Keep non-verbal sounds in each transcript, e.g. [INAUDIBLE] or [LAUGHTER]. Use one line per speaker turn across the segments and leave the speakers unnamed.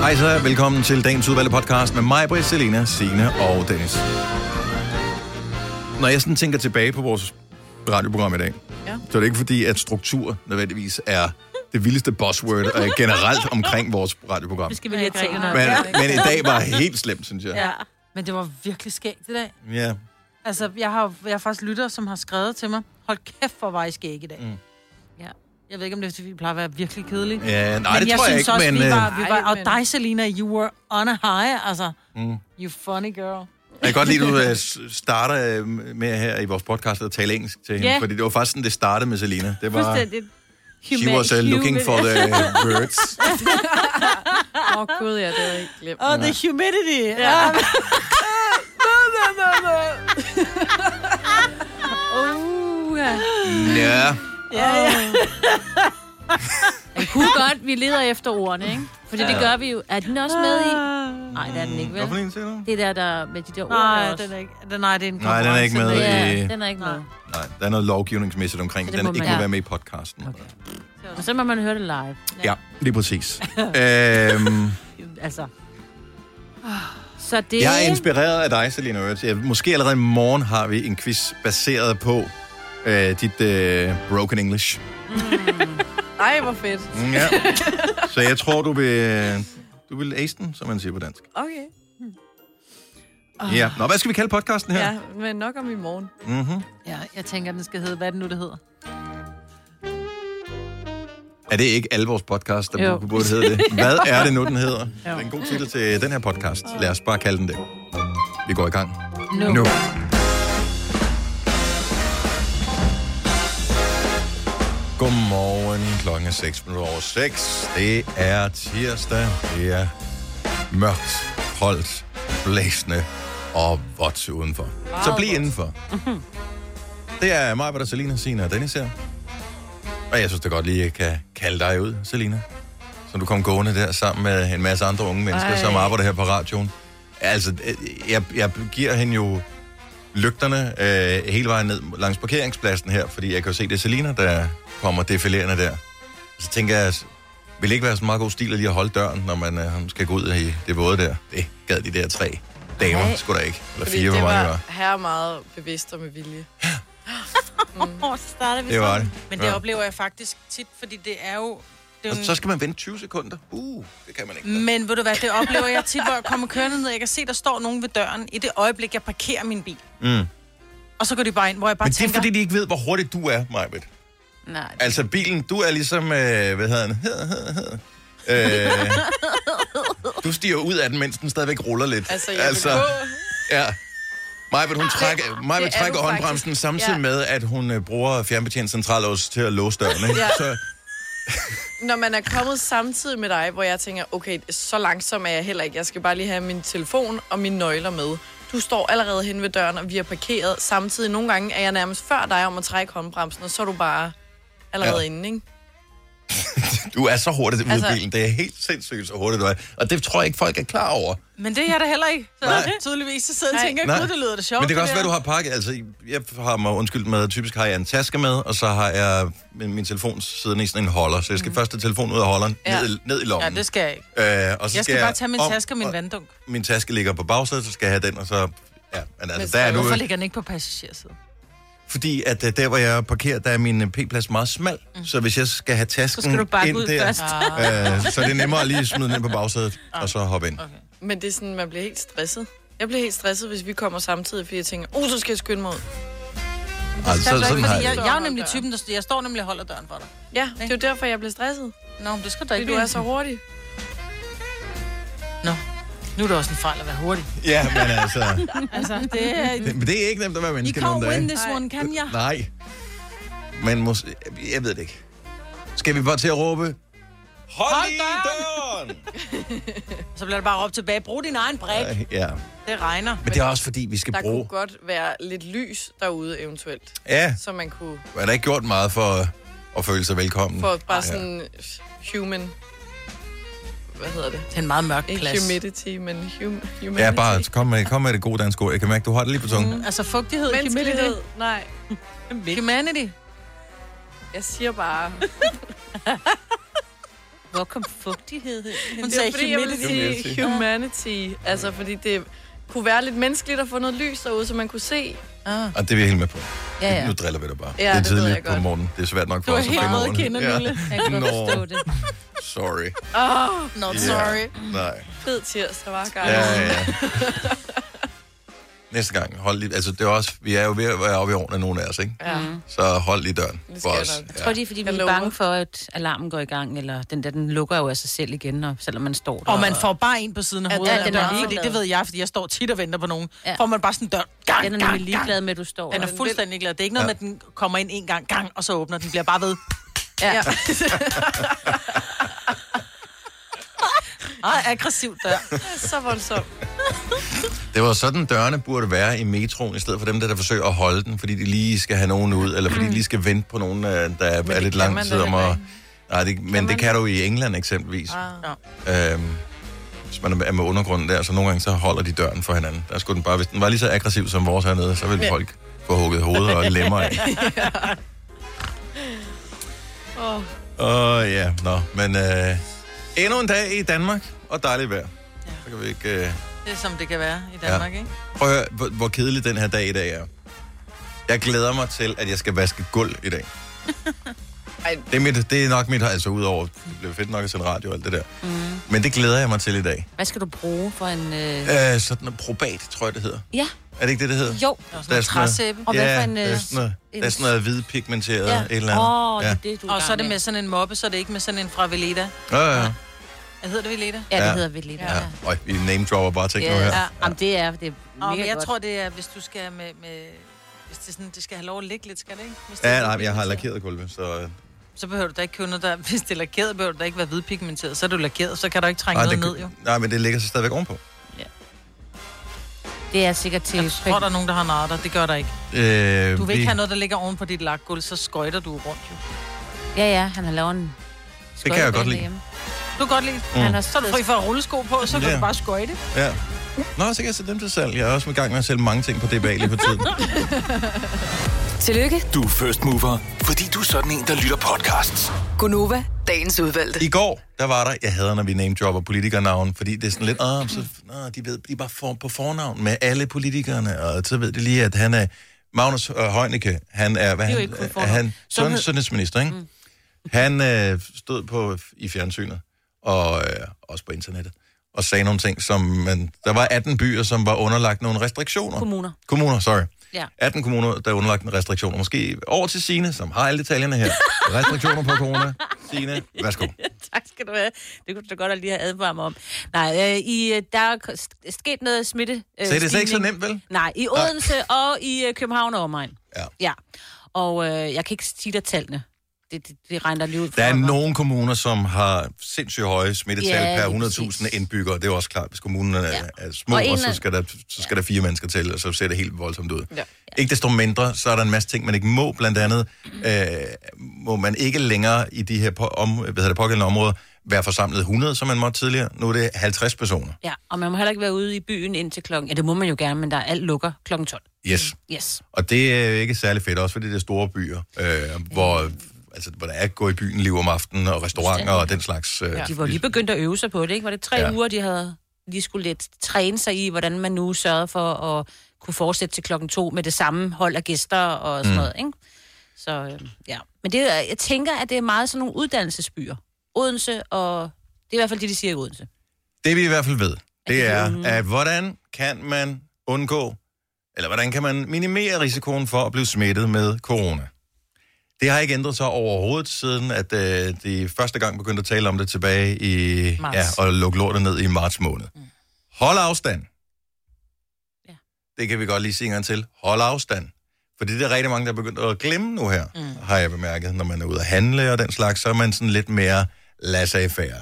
Hej så, velkommen til dagens udvalgte podcast med mig, Britt, Selina, Signe og Dennis. Når jeg sådan tænker tilbage på vores radioprogram i dag, ja. så er det ikke fordi, at struktur nødvendigvis er det vildeste buzzword og generelt omkring vores radioprogram.
Det skal vi lige have tænkt
Men, men i dag var helt slemt, synes jeg.
Ja.
Men det var virkelig skægt i dag.
Ja.
Altså, jeg har, jeg har faktisk lytter, som har skrevet til mig, hold kæft, hvor var I skæg i dag.
Mm.
Ja.
Jeg ved ikke, om det er, fordi vi plejer at være virkelig kedelige.
Ja, nej,
men
det
jeg
tror jeg
synes
ikke,
også,
men,
vi
øh,
var, vi var,
Nej,
og
men-
dig, Selina, you were on a high, altså.
Mm.
You funny girl.
Jeg kan godt lide, at du øh, s- starter øh, med her i vores podcast at tale engelsk til hende,
Ja.
fordi det var faktisk sådan, det startede med Selina. Det var,
Fuldstændig.
she was uh, looking for the words.
Åh oh, gud, ja, det havde jeg ikke glemt.
Oh, the humidity. Ah. Ja. [LAUGHS]
Uh, ja.
Ja,
ja, ja.
Jeg kunne godt, vi leder efter ordene, ikke? Fordi det
Ja.
gør vi jo. Er den også med i?
Ah.
Nej, det er den ikke, vel?
hvorfor en til dig?
Det der, der med de der ord
Nej,
også.
den er ikke, den, nej, det er en
Nej, den er ikke med.
konkurrence
Ja,
Øh,
den er ikke med.
Nej, der er noget lovgivningsmæssigt omkring,
Så
det
det
den
må
ikke
man-
må
Ja.
være med i podcasten. Okay.
Og så må man høre det live.
Ja, lige
[LAUGHS]
præcis. øhm,
Altså. Så det...
jeg er inspireret af dig, Selina Ørts. Jeg- Måske allerede i morgen har vi en quiz baseret på øh, dit øh, broken
[LAUGHS]
English.
Ej, hvor fedt.
Mm, Ja. Så jeg tror, du vil, du vil ace den, som man siger på dansk.
Okay.
Ja. Nå, hvad skal vi kalde podcasten her?
Ja, men nok om i morgen.
Mm-hmm.
Ja, jeg tænker, den skal hedde, hvad er det nu, det hedder?
Er det ikke alle vores podcast, der
Jo.
jo. burde hedde det? Hvad er det nu, den hedder? Det er en god titel til den her podcast. Lad os bare kalde den det. Vi går i gang.
Nu.
Nu. Godmorgen. Klokken er 6 minutter over 6. Det er tirsdag. Det er mørkt, koldt, blæsende og vådt udenfor. Så bliv indenfor. Det er mig, der Selina, Sina og Dennis her. Og jeg synes da godt lige, jeg kan kalde dig ud, Selina. Så du kom gående der sammen med en masse andre unge mennesker, Ej.
Ej.
som arbejder her på radioen. Altså, øh, jeg, jeg giver hende jo lygterne øh, hele vejen ned langs parkeringspladsen her, fordi jeg kan jo se, det er Selina, der kommer defilerende der. Så tænker jeg, vil det ikke være så meget god stil at lige at holde døren, når man øh, skal gå ud i det våde der? Det gad de der tre damer,
Nej.
skulle da ikke. Eller
Fordi
fire,
det
hvor mange det
var
var.
her meget bevidst og med vilje.
[LAUGHS] Åh, oh, så starter vi
Det var det.
Men det
Ja.
oplever jeg faktisk tit, fordi det er jo... Det er
Øhm.
Og
jo
så skal man vente 20 sekunder. Uh, det kan man ikke.
Men ved du hvad, det oplever jeg tit, hvor jeg kommer kørende ned. Jeg kan se, der står nogen ved døren i det øjeblik, jeg parkerer min bil.
Mm.
Og så går de bare ind, hvor jeg bare
Men det er
tænker...
fordi, de ikke ved, hvor hurtigt du er, Majbet.
Nej.
Altså bilen, du er ligesom, øh, hvad hedder den? øh, du stiger ud af den, mens den stadigvæk ruller lidt.
Altså, jeg altså... vil gå...
ja. Majbet, hun trækker, Majbet
det er
trækker
du
håndbremsen
faktisk.
samtidig
Ja.
med, at hun øh, bruger fjernbetjentcentralås til at låse døren. Ikke?
Ja.
Så,
Når man er kommet samtidig med dig, hvor jeg tænker, okay, så langsom er jeg heller ikke. Jeg skal bare lige have min telefon og mine nøgler med. Du står allerede hen ved døren, og vi er parkeret. Samtidig nogle gange er jeg nærmest før dig om at trække håndbremsen, og så er du bare allerede
Ja.
ja. inde, ikke?
du er så hurtigt ude altså...
Altså-
i bilen. Det er helt sindssygt, så hurtigt du er. Og det tror jeg ikke, folk er klar over.
[LAUGHS] Men det er jeg da heller ikke. Så
Nej.
tydeligvis så sidder jeg
Nej.
og tænker,
Nej.
gud, det lyder da sjovt.
Men det kan også være, du
der.
har pakket. Altså, jeg har mig undskyld med, typisk har jeg en taske med, og så har jeg min, min telefon siddende i sådan en holder. Så jeg skal mm. først have telefonen ud af holderen, ja.
Ja.
ned, i- ned i lommen.
Ja, det skal jeg ikke.
Øh, og så
Jeg skal bare
jeg
tage min
om-
taske og min
og
vanddunk.
Min taske ligger på bagsædet, så skal jeg have den, og så... Ja, men
Men
altså,
så
der er nu,
Hvorfor ligger den ikke på passagersiden?
fordi at øh, der, hvor jeg parkerer, der er min øh, p-plads meget smal. Mm. Så hvis jeg skal have tasken
skal du bakke
ind
ud
der,
først. Ah.
øh, så er det nemmere at lige smide den ind på bagsædet, og så hoppe ind.
Men det er sådan, man bliver helt stresset. Jeg bliver helt stresset, hvis vi kommer samtidig, fordi jeg tænker, uh, så skal jeg skynde mig ud.
Altså,
Så,
så,
ikke,
sådan har
fordi
jeg
jeg,
det.
jeg er jo nemlig typen, der står- jeg står nemlig og holder døren for dig.
Ja, det er jo derfor, jeg bliver stresset.
Nå, men det skal du da
Fordi
ikke.
du er så hurtig.
Nå, nu er det også en fejl at være hurtig.
Ja, men altså...
[LAUGHS] Altså, det er...
Mm. Det, det er ikke nemt at være
You
menneske
can't
nogle dage.
win this one, kan jeg?
Nej. Men mås- jeg ved det ikke. Skal vi bare til at råbe? Hold,
Hold
i døren!
[LAUGHS] Så bliver det bare råbt tilbage. Brug din egen brik.
Ej, Øh, ja,
Det regner.
men det er også fordi, vi skal
Der
bruge...
kunne godt være lidt lys derude eventuelt,
Ja,
så man kunne
man har ikke gjort meget for at føle sig velkommen.
få
Mm. Ja.
bare sådan human... Hvad hedder det?
Det er en meget mørk
Ikke
plads.
humidity, men hum, humanity.
Ja, bare kom med, kom med det gode danske ord. Jeg kan mærke, du har det lige på tungen.
Altså fugtighed, humidity.
Menneskelighed. Nej,
Humanity. [LAUGHS]
jeg siger bare...
Hvor kom fugtighed hen?
Hun
Det er
sagde
fordi, jeg ville
humidity.
Humidity.
sige humanity. Altså, fordi det kunne være lidt menneskeligt at få noget lys derude, så man kunne se.
Ah.
Og det er vi helt med på.
Ja, ja.
Nu driller vi dig bare.
Ja,
det er
det ved
tidligt
jeg
på
godt.
morgenen. Det er svært nok for
Du er
os at
helt
finde
rød i
morgenen.
kinderne, Lille.
Jeg kan godt
Nå.
forstå det.
Sorry.
Åh, oh,
Not
Ja.
sorry.
Nej.
fed tirsdag, var Karl.
Ja, ja, ja. Næste gang, hold lige... Altså, det er også... Vi er jo ved at være oppe i årene, nogle af os, ikke?
ja.
Så hold lige døren
Det
for
skal
os.
jeg nok.
Jeg tror, det er, fordi vi
Jeg
er
lover.
bange for, at alarmen går i gang, eller den der, den lukker jo af sig selv igen, og, selvom man står der.
Og man får bare en på siden af
Ja,
hovedet. Ja,
den er
den døren,
lige
fordi
glad.
det ved jeg, fordi jeg står tit og venter på nogen.
Ja.
Ja. Får man bare sådan en dør. Gang,
Den er
gang,
nemlig ligeglad med, at du står
Den
der.
er fuldstændig glad. Det er ikke noget med,
Ja.
at den kommer ind en gang, gang, og så åbner den. bliver bare ved. [LAUGHS]
Ja. ja.
Ej, aggressivt der.
[LAUGHS] Så voldsomt.
Det var sådan, dørene burde være i metroen, i stedet for dem, der, der forsøger at holde den, fordi de lige skal have nogen ud, eller fordi de lige skal vente på nogen, øh, der er
det
lidt
kan
lang
man
tid
da
om
heller
at...
ikke.
Nej, det, men det
man
kan du i England eksempelvis.
Ah.
Ja.
Øhm, hvis man er med undergrunden der, så nogle gange så holder de døren for hinanden. Der skulle den bare, hvis den var lige så aggressiv som vores hernede, så ville
Ja.
folk få hugget hovedet og lemmer af.
[LAUGHS] Åh.
Åh oh, ja, nå, men øh, endnu en dag i Danmark, og dejligt vejr. Så kan vi ikke... Øh,
Det er som det kan være i Danmark,
Ja.
ja. ikke?
prøv at høre, hvor, hvor kedelig den her dag i dag er. Jeg glæder mig til, at jeg skal vaske gulv i dag.
Ej.
Det er, mit, det er nok mit, altså udover, det bliver fedt nok at sende radio og alt det der. Mm. Men det glæder jeg mig til i dag.
Hvad skal du bruge for en... Øh...
Øh, sådan en probat, tror jeg det hedder.
Ja,
Er det ikke det, det hedder?
jo.
Der er sådan noget-
træsæbe.
Og hvad
ja,
for en,
der er
øh,
sådan noget,
en-
der er sådan noget hvidpigmenteret ja. et eller andet.
Åh, oh, det
ja.
er det, du er
Og så er
gang
det med sådan en moppe, så er det ikke med sådan en fra Veleda.
Ja, ja,
Hvad hedder det, Veleda?
Ja, det
Ja.
hedder vi lidt.
ja. Øj, vi name dropper bare ting nu
Ja,
her.
ja. Jamen, det er, det er mega
Nå, men jeg
godt.
tror, det er, hvis du skal med... med hvis det, er sådan, det skal have lov at ligge lidt, skal det ikke? Hvis det
Ja,
er
nej, men jeg har
hvidpigmenteret.
lakeret gulvet, så... Nej,
Så behøver du da ikke købe noget, der... [LAUGHS] Hvis det er lakeret, behøver du da ikke være hvidpigmenteret. Så er du lakeret, så kan du ikke trænge noget
det,
ned, jo.
nej, men det ligger så stadigvæk ovenpå.
det er sikkert til...
Jeg tror, der er nogen, der har narter. Det gør der ikke.
Øh,
Du vil
vi-
ikke have noget, der ligger oven på dit lakgulv, så skøjter du rundt, jo.
Ja, ja, han har lavet en...
Det kan jeg godt lide.
skøjtebane
Du kan godt lide
derhjemme. Han har
Så er du fri for at rulle sko på, så kan
Mm. Ja.
du bare skøjte.
Ja. Nå, så kan jeg sætte dem til salg. Jeg er også i gang med at sælge mange ting på DBA lige for tiden.
Tillykke,
[LAUGHS] Du er first mover, fordi du er sådan en, der lytter podcasts.
Gunova, dagens udvalgte.
I går, der var der, jeg hader, når vi namedropper politikernavn, fordi det er sådan lidt, ah, så, ah, de ved, de er bare for, på fornavn med alle politikerne, og så ved de lige, at han er Magnus øh, Heunicke, han er, hvad
jo
han,
ikke kun
er
fornavn.
han sund,
Sundhed.
sundhedsminister, ikke? Mm. Han øh, stod på i fjernsynet, og øh, også på internettet, og sagde nogle ting, som man, der var 18 byer, som var underlagt nogle restriktioner.
Kommuner.
Kommuner, sorry.
Ja.
18 kommuner, der er underlagt en restriktioner. Måske over til Sine, som har alle detaljerne her. Restriktioner på corona. Sine, værsgo.
tak skal du have. Det kunne du da godt at lige have advaret mig om. Nej, øh, i, øh, der er k- st- sket noget smitte. Øh,
Så det er slet ikke så
stigning.
nemt, vel?
Nej, i Odense og i øh, København og omegn.
Ja.
Ja. Og øh, jeg kan ikke sige dig tallene. Det, det, det regner lige ud. for
Der er
mig.
nogle kommuner, som har sindssygt høje smittetal
Ja,
per
lige
100.000
præcis.
indbyggere. Det er jo også klart, hvis kommunerne ja. er små,
Og
og,
en
og så,
af-
skal der, så skal der fire mennesker til, og så ser det helt voldsomt ud.
Ja.
Ikke desto mindre, så er der en masse ting, man ikke må. Blandt andet øh, må man ikke længere i de her på, om, hvad hedder det, pågældende områder være forsamlet 100, som man måtte tidligere. Nu er det 50 personer.
Ja, og man må heller ikke være ude i byen indtil klokken... Ja, det må man jo gerne, men der er alt lukker klokken 12.
Yes.
Yes.
Og det er ikke særlig fedt, også fordi det er store byer, øh, hvor, altså, hvor der er at gå i byen liv om aftenen, og restauranter og den slags. Øh,
De var jo lige begyndt at øve sig på det, ikke? Var det tre
Ja.
ja. uger, de havde lige skulle lidt træne sig i, hvordan man nu sørgede for at kunne fortsætte til klokken to med det samme hold af gæster og sådan mm. noget, ikke? Så øh, ja. Men det, er- jeg tænker, at det er meget sådan nogle uddannelsesbyer. Odense og... Det er i hvert fald det, de siger i Odense.
Det vi i hvert fald ved, det er, at hvordan kan man undgå, eller hvordan kan man minimere risikoen for at blive smittet med corona? Det har ikke ændret sig overhovedet, siden at øh, de første gang begyndte at tale om det tilbage i...
Marts.
Ja, og lukke lortet ned i marts måned. Hold afstand.
Ja.
Det kan vi godt lige sige en gang til. Hold afstand. Fordi det er der rigtig mange, der er begyndt at glemme nu her, mm. har jeg bemærket. Når man er ude at handle og den slags, så er man sådan lidt mere lad sig affære.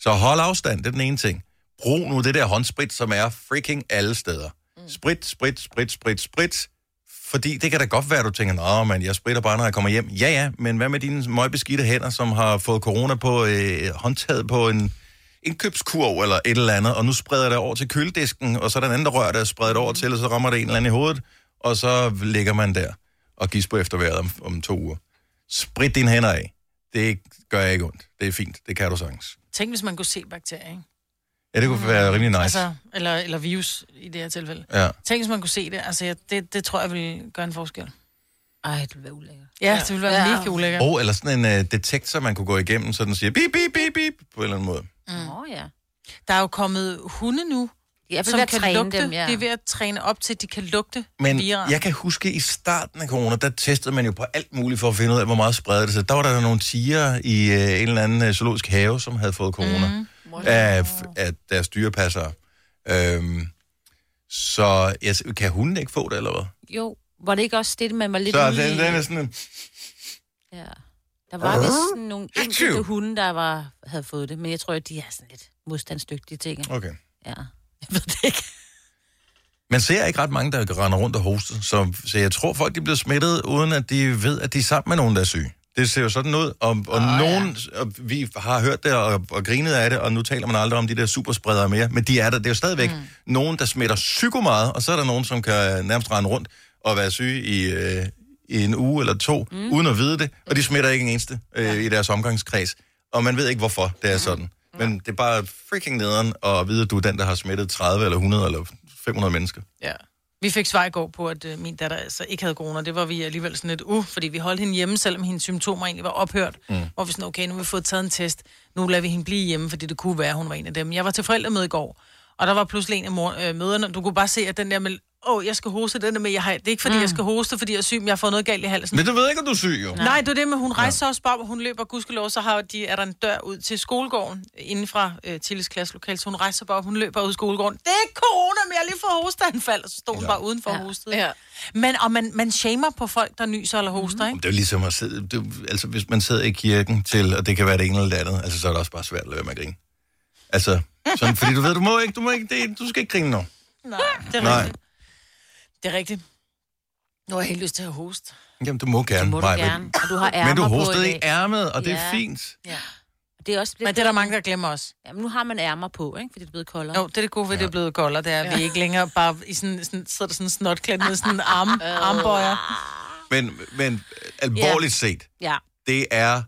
Så hold afstand, det er den ene ting. Brug nu det der håndsprit, som er freaking alle steder. Mm. Sprit, sprit, sprit, sprit, sprit. Fordi det kan da godt være, at du tænker, nej, men jeg spritter bare, når jeg kommer hjem. Ja, ja, men hvad med dine møgbeskidte hænder, som har fået corona på øh, håndtaget på en indkøbskurv eller et eller andet, og nu spreder det over til køledisken, og så er der en anden, der rører det og spreder det over til, og så rammer det en eller anden i hovedet, og så ligger man der og gisper efter vejret om, om to uger. Sprit dine hænder af. det gør ikke ondt. Det er fint. Det kan du sagtens.
[LAUGHS] Tænk, hvis man kunne se bakterier, ikke?
Ja, det kunne være rimelig nice.
Altså, eller, eller virus i det her tilfælde.
Ja.
Tænk, hvis man kunne se det. Altså, jeg, det, det tror jeg ville gøre en forskel.
Ej, det bliver ulækkert.
Ja, det ville være ja. mega ulækkert.
Og eller sådan en uh, detektor, man kunne gå igennem, så den siger bip, bip, bip, bip, på en eller anden måde.
Mm. Nå ja.
Der er jo kommet hunde nu,
Jeg vil
som
være
kan
træne
lugte.
dem, ja.
De er ved at træne op til, at de kan lugte
Men
virer.
jeg kan huske, i starten af corona, der testede man jo på alt muligt for at finde ud af, hvor meget spreder det sig. Der var der nogle tiger i øh, en eller anden øh, zoologisk have, som havde fået corona mm. af, af deres dyrepassere. Øhm, så jeg, s- kan hunden ikke få det, eller hvad?
Jo, var det ikke også det, man var lidt
Så
ude i-
den, den er sådan en...
Ja. Der var vist nogle enkelte
Achoo.
hunde, der var, havde fået det, men jeg tror, at de er sådan lidt modstandsdygtige ting.
Okay.
Ja. Jeg ved det ikke.
Man ser ikke ret mange, der render rundt og hoster, så, så jeg tror, folk de bliver smittet, uden at de ved, at de er sammen med nogen, der er syge. Det ser jo sådan ud, og, og oh, nogen, og vi har hørt det og, og grinet af det, og nu taler man aldrig om de der superspredere mere, men de er der. Det er jo stadigvæk mm. nogen, der smitter psyko meget, og så er der nogen, som kan nærmest rende rundt og være syge i, øh, i en uge eller to, mm. uden at vide det, og de smitter ikke en eneste øh, i deres omgangskreds. Og man ved ikke, hvorfor det er sådan. Men det er bare freaking nederen at vide, at du er den, der har smittet 30 eller 100 eller 500 mennesker.
Ja. Vi fik svar i går på, at øh, min datter altså ikke havde corona. Det var vi alligevel sådan lidt uh, fordi vi holdt hende hjemme, selvom hendes symptomer egentlig var ophørt. Mm. Hvor vi sådan, okay, nu har vi fået taget en test. Nu lader vi hende blive hjemme, fordi det kunne være, hun var en af dem. Jeg var til forældremøde i går, og der var pludselig en af mor- øh, møderne. Du kunne bare se, at den der med, åh, oh, jeg skal hoste, den der med, jeg har, det er ikke fordi, mm. jeg skal hoste, fordi jeg er syg, men jeg har fået noget galt i halsen.
Men du ved ikke, at du er syg, jo.
Nej, det er det med, hun rejser sig også bare, og hun løber gudskelov, så har de, er der en dør ud til skolegården, inden fra øh, Tilles klasselokale, så hun rejser sig bare, op, hun løber ud i skolegården. Det er ikke corona, men jeg har lige fået hosteanfald, og så stod hun bare udenfor ja. hostet.
Ja.
Men og man, man shamer på folk, der nyser eller hoster, ikke?
Det er jo ligesom at sidde, det, er- altså hvis man sidder i kirken til, og det kan være det ene eller det andet, altså så er det også bare svært at lade være med at grine. Altså, sådan, fordi du ved, du må ikke, du må ikke, det, du skal ikke grine nu.
Nej, det er
Nej.
rigtigt. Det er rigtigt. Nu har jeg helt lyst til at hoste.
Jamen, du må gerne,
Det må du
Maja, men-
gerne. Og du har ærmer
Men du
på
hostede
i
i
dag.
ærmet, og det er
Ja.
fint.
Det er også
Men
det,
det er der mange, der glemmer os.
jamen, nu har man ærmer på, ikke? fordi det er blevet koldere.
Jo, det er det gode ved, det er blevet koldere, det er, at vi ikke længere bare i sådan, sådan, sidder der sådan snotklædt med sådan en arm, armbøjer.
Men, men øh, alvorligt set,
Ja.
det er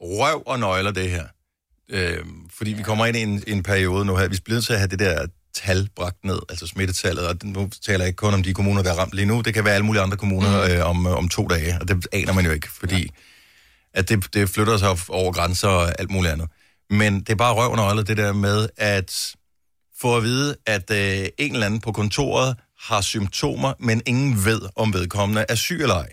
røv og nøgler, det her. Øhm, fordi vi kommer ind i en, en periode nu her, vi bliver nødt til at have det der tal bragt ned, altså smittetallet, og nu taler jeg ikke kun om de kommuner, der er ramt lige nu, det kan være alle mulige andre kommuner øh, om, øh, om to dage, og det aner man jo ikke, fordi at det, det flytter sig op over grænser og alt muligt andet. Men det er bare røv og nøgler, det der med at få at vide, at øh, en eller anden på kontoret har symptomer, men ingen ved, om vedkommende er syg eller ej.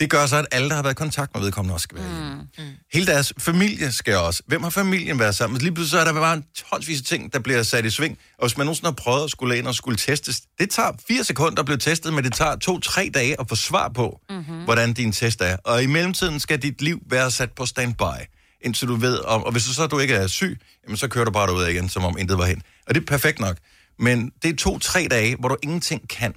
Det gør så, at alle, der har været i kontakt med vedkommende, også skal være mm. Hele deres familie skal også. Hvem har familien været sammen med? Lige pludselig så er der bare en tonsvis af ting, der bliver sat i sving. Og hvis man nogensinde har prøvet at skulle ind og skulle testes, det tager fire sekunder at blive testet, men det tager to-tre dage at få svar på, mm-hmm. hvordan din test er. Og i mellemtiden skal dit liv være sat på standby, indtil du ved om... Og hvis du så du ikke er syg, jamen så kører du bare derud igen, som om intet var hen. Og det er perfekt nok. Men det er to-tre dage, hvor du ingenting kan.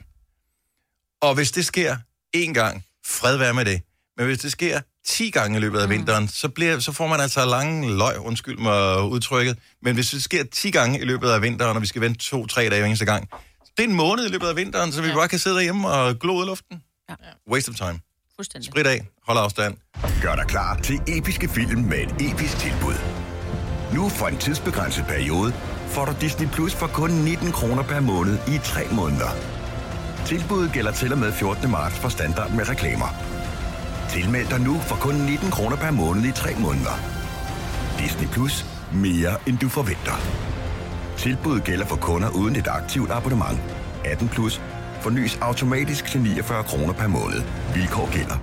Og hvis det sker én gang, fred være med det. Men hvis det sker 10 gange i løbet af mm. vinteren, så, bliver, så får man altså lange løg, undskyld mig udtrykket. Men hvis det sker 10 gange i løbet af vinteren, og vi skal vente 2-3 dage hver eneste gang, det er en måned i løbet af vinteren, så vi bare kan sidde derhjemme og glo ud i luften.
Ja.
Waste of time.
Fuldstændig.
Sprit af, hold afstand.
Gør dig klar til episke film med et episk tilbud. Nu for en tidsbegrænset periode får du Disney Plus for kun 19 kroner per måned i 3 måneder. Tilbuddet gælder til og med 14. marts for standard med reklamer. Tilmeld dig nu for kun 19 kroner per måned i 3 måneder. Disney Plus. Mere end du forventer. Tilbuddet gælder for kunder uden et aktivt abonnement. 18 plus. Fornyes automatisk til 49 kroner per måned. Vilkår gælder.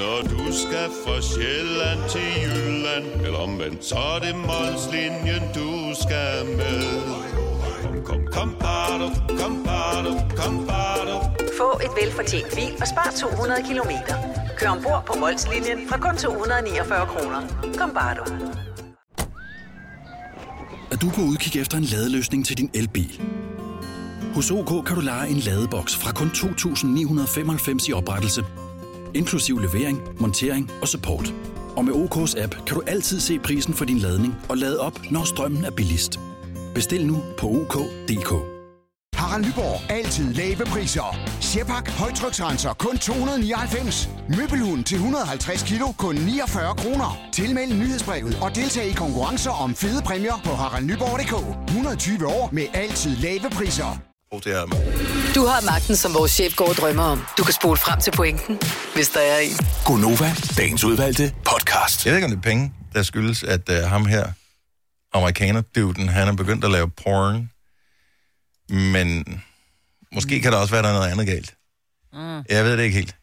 Når du skal fra Sjælland til Jylland Eller omvendt, så er det Molslinjen, du skal med Kom, kom, kom, bado, kom, bado, kom, bado.
Få et velfortjent bil og spar 200 kilometer. Kør ombord på Molslinjen fra kun 249 kroner. Kom bare du.
er du på udkig efter en ladeløsning til din elbil. Hos OK kan du lege en ladeboks fra kun 2.995 i oprettelse, inklusiv levering, montering og support. Og med OK's app kan du altid se prisen for din ladning og lade op, når strømmen er billigst. Bestil nu på OK.dk. OK
Harald Nyborg. Altid lave priser. Sjehpak. Højtryksrenser. Kun 299. Møbelhund til 150 kilo. Kun 49 kroner. Tilmeld nyhedsbrevet og deltag i konkurrencer om fede præmier på haraldnyborg.dk. 120 år med altid lave priser.
Brug det her.
Du har magten, som vores chef går og drømmer om. Du kan spole frem til pointen, hvis der er en.
Gonova, dagens udvalgte podcast. Jeg ved ikke, om det er penge, der skyldes, at uh, ham her, amerikaner-duden, han er begyndt at lave porn. Men måske kan der også være, der er noget andet galt.
Mm.
Jeg ved det ikke helt.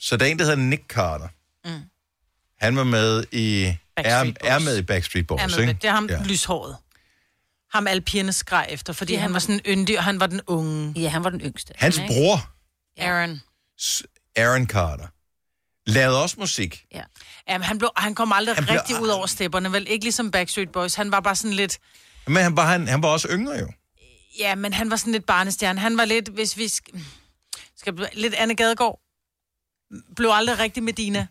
Så der er en, der hedder Nick Carter. Mm.
Mm.
Han var med i... Er,
Backstreet
er med i Backstreet Boys,
Er med,
ikke?
det er ham ja. lyshåret. Ham alle pigerne skreg efter, fordi han var sådan yndig, og han var den unge.
Ja, han var den yngste.
Hans bror,
Aaron.
S- Aaron Carter, lavede også musik.
Ja.
Jamen, han, blev, han kom aldrig
Han
han
blev-
rigtig ud over stepperne, vel? Ikke ligesom Backstreet Boys. Han var bare sådan lidt...
Men han var, han, han var også yngre
[LAUGHS]
jo.
Ja, men han var sådan lidt barnestjerne. Han var lidt, hvis vi sk- skal... blive- Lidt Anne Gadegaard. Blev aldrig rigtig Medina.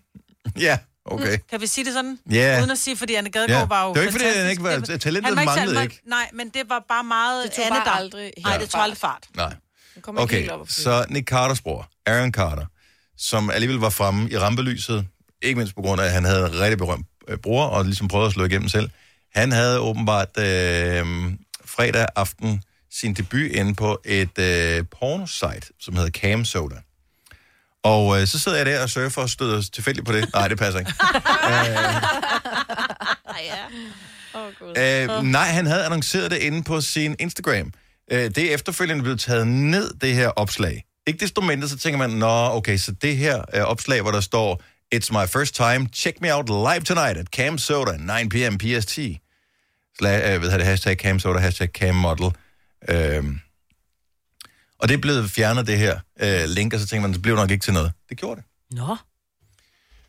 Ja, okay.
Kan vi sige det sådan?
Ja.
Uden at sige, fordi Anne Gadegaard
Ja.
var jo
Det var ikke, fordi han
fantastisk.
ikke var-
Det
talentet
han var ikke
manglede
særlig-
ikke.
Nej, men det var bare meget
Det tog
Anne,
bare
der-
aldrig
Nej,
helt
det tog aldrig fart.
Nej.
Kommer ikke
Okay,
helt op at flyve.
så Nick Carters bror, Aaron Carter, som alligevel var fremme i rampelyset, ikke mindst på grund af, at han havde en rigtig berømt øh, bror, og ligesom prøvede at slå igennem selv. Han havde åbenbart øh, fredag aften sin debut inde på et øh, pornosite, som hedder Cam Soda. Og øh, så sidder jeg der og surfer og støder tilfældigt på det. Nej, det passer ikke. Øh, nej, han havde annonceret det inde på sin Instagram. Øh, det er efterfølgende blevet taget ned, det her opslag. Ikke desto mindre, så tænker man, nå, okay, så det her øh, opslag, hvor der står, It's my first time, check me out live tonight at Cam Soda, 9 p.m. PST. Sla, øh, ved jeg det, hashtag Cam Soda, hashtag Cam Model. Øh, og det er blevet fjernet, det her øh, link, og så tænker man, det blev nok ikke til noget. Det gjorde det.
Nå.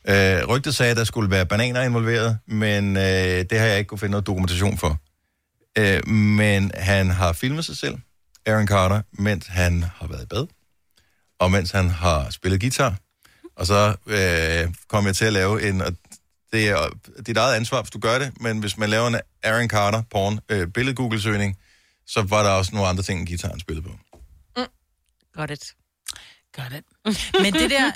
Øh, rygtet sagde, at der skulle være bananer involveret, men øh, det har jeg ikke kunne finde noget dokumentation for. Øh, men han har filmet sig selv, Aaron Carter, mens han har været i bad, og mens han har spillet guitar. Og så øh, kom jeg til at lave en, og det er dit eget ansvar, hvis du gør det, men hvis man laver en Aaron Carter porn øh, billed-google-søgning, så var der også nogle andre ting, end guitaren spillede på.
Got it.
Got it. [LAUGHS] Men det der...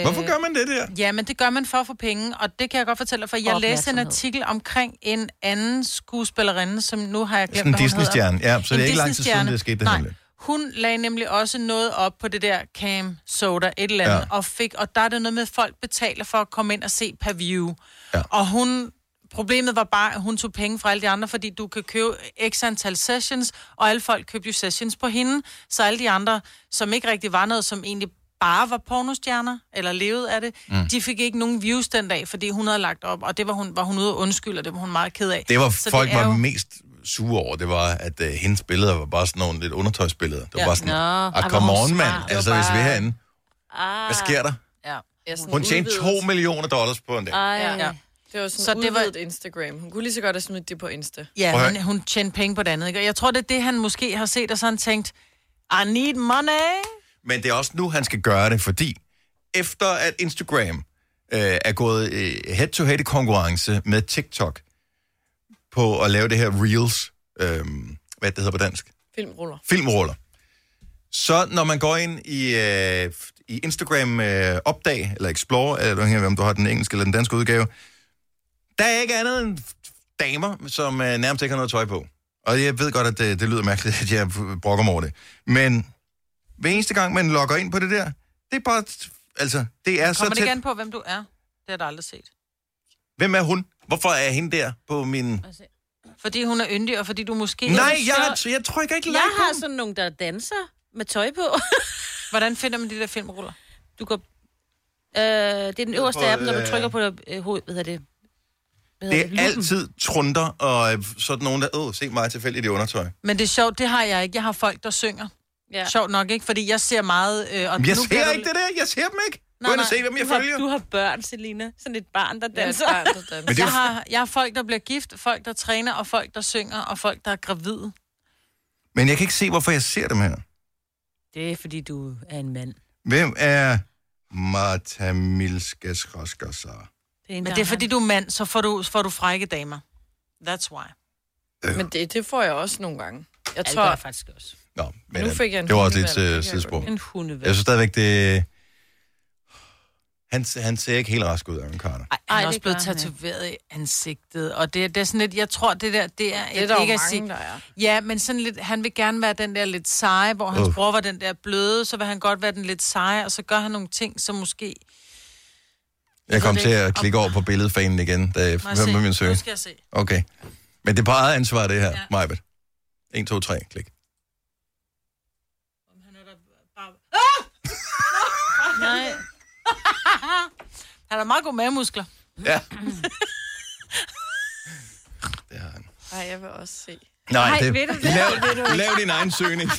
Øh,
Hvorfor gør man det der?
Ja, men det gør man for at få penge, og det kan jeg godt fortælle dig, for jeg læste en
Opmærksomhed.
artikel omkring en anden skuespillerinde, som nu har jeg glemt,
Sådan en
hvad hun hedder.
Disney-stjerne. Ja, så
En
det er ikke lang tid siden,
Disney-stjerne.
det er sket, det
Nej.
her med.
Hun lagde nemlig også noget op på det der cam soda, et eller andet,
Ja.
ja. og, fik, og der er det noget med, at folk betaler for at komme ind og se per view. Ja. Og hun Problemet var bare, at hun tog penge fra alle de andre, fordi du kan købe x antal sessions, og alle folk købte jo sessions på hende, så alle de andre, som ikke rigtig var noget, som egentlig bare var pornostjerner, eller levede af det,
Mm.
mm. de fik ikke nogen views den dag, fordi hun havde lagt op, og det var hun, var hun ude og undskylde, og det var hun meget ked af.
Det var
Så
folk
det er
var
jo-
mest sure over, det var, at øh, hendes billeder var bare sådan nogle lidt undertøjsbilleder. Det var
Ja.
bare sådan,
Nå,
ah,
ej,
come
hvor hun
on,
smart.
mand.
Det var
Altså, hvis vi
bare-
er herinde. Hvad sker der?
Ja.
Hun tjente 2 millioner dollars på en dag.
Ej.
Ja. Det var sådan
Så
så
det
det var... Instagram. Hun kunne lige så godt have smidt det på Insta.
Ja, han, hun tjente penge på det andet, ikke? Og jeg tror, det er det, han måske har set, og så har han tænkt, I need money.
Men det er også nu, han skal gøre det, fordi efter at Instagram øh, er gået øh, head-to-head i konkurrence med TikTok på at lave det her Reels, øh, hvad det hedder på dansk?
Filmruller.
filmruller. Så når man går ind i, øh, i Instagram øh, Opdag, eller Explore, eller afhængig af, om du har den engelske eller den danske udgave, der er ikke andet end damer, som øh, nærmest ikke har noget tøj på. Og jeg ved godt, at øh, det, det lyder mærkeligt, at jeg brokker mig over det. Men hver eneste gang, man logger ind på det der, det er bare... Altså, det er så
Kommer det
tæt.
ikke an på, hvem du er? Det har du aldrig set.
Hvem er hun? Hvorfor er hende der på min...
Fordi hun er yndig, og fordi du måske...
Nej, jeg, har- jeg tror ikke, jeg
Jeg har sådan nogle, der danser med tøj på.
[LAUGHS] Hvordan finder man de der filmruller?
Du går... Øh, det er den øverste
På,
af dem, når du
øh,
trykker på øh, hovedet. Hvad hedder det? Hvad
Det
hedder
er
Luppen.
altid trunder og øh, sådan nogen, der... Åh, se mig tilfældigt i undertøj.
Men det er sjovt, det har jeg ikke. Jeg har folk, der synger.
Ja.
Sjovt nok, ikke? Fordi jeg ser meget... Øh,
Jamen, jeg ser ikke det der. Jeg ser dem ikke. Gå ind og se, hvem jeg
du har,
følger.
Du har børn, Selina. Sådan et barn, der
Ja, et
danser.
barn,
[LAUGHS]
der
danser.
Men det er
Jeg
jo-
har, jeg har folk, der bliver gift, folk, der træner, og folk, der synger, og folk, der er gravide.
Men jeg kan ikke se, hvorfor jeg ser dem her.
Det er, fordi du er en mand.
Hvem er Marta Milskas Raskersa?
Det er
Men det er, fordi du er mand, så får du, får du frække damer. That's why.
Men det, det får jeg også nogle gange. Jeg
Ja, det
tror,
gør jeg faktisk også.
Nå, men
nu
øh,
fik jeg en
det var også lidt
hundevalp, det kan
øh,
jeg
sidespor.
En hundevalg.
Jeg synes stadigvæk, det... Han, han ser ikke helt rask ud, Aaron Carter.
Ej, han
Ej,
er også
det
blevet
gør han ikke.
tatoveret i ansigtet, og det, det er sådan lidt, jeg tror, det der, det er...
det er der jo
ikke at
mange,
sige-
der er.
Ja, men sådan lidt, han vil gerne være den der lidt seje, hvor hans
Uh.
uh. bror var den der bløde, så vil han godt være den lidt seje, og så gør han nogle ting, som måske...
Jeg kom
ved
til
det
at
ikke.
klikke over på billedfanen igen, da jeg
Må jeg se?
med min søn.
Nu skal jeg se.
Okay. Men det er på eget ansvar, det her, ja.
Ja.
Majbet. 1, 2, 3, klik.
Han er der bare... Ah! Nej. han har meget gode mavemuskler.
Ja. det har han.
Ej, jeg vil også se.
Nej,
Ej,
det,
ved du det?
lav, lav din egen søgning.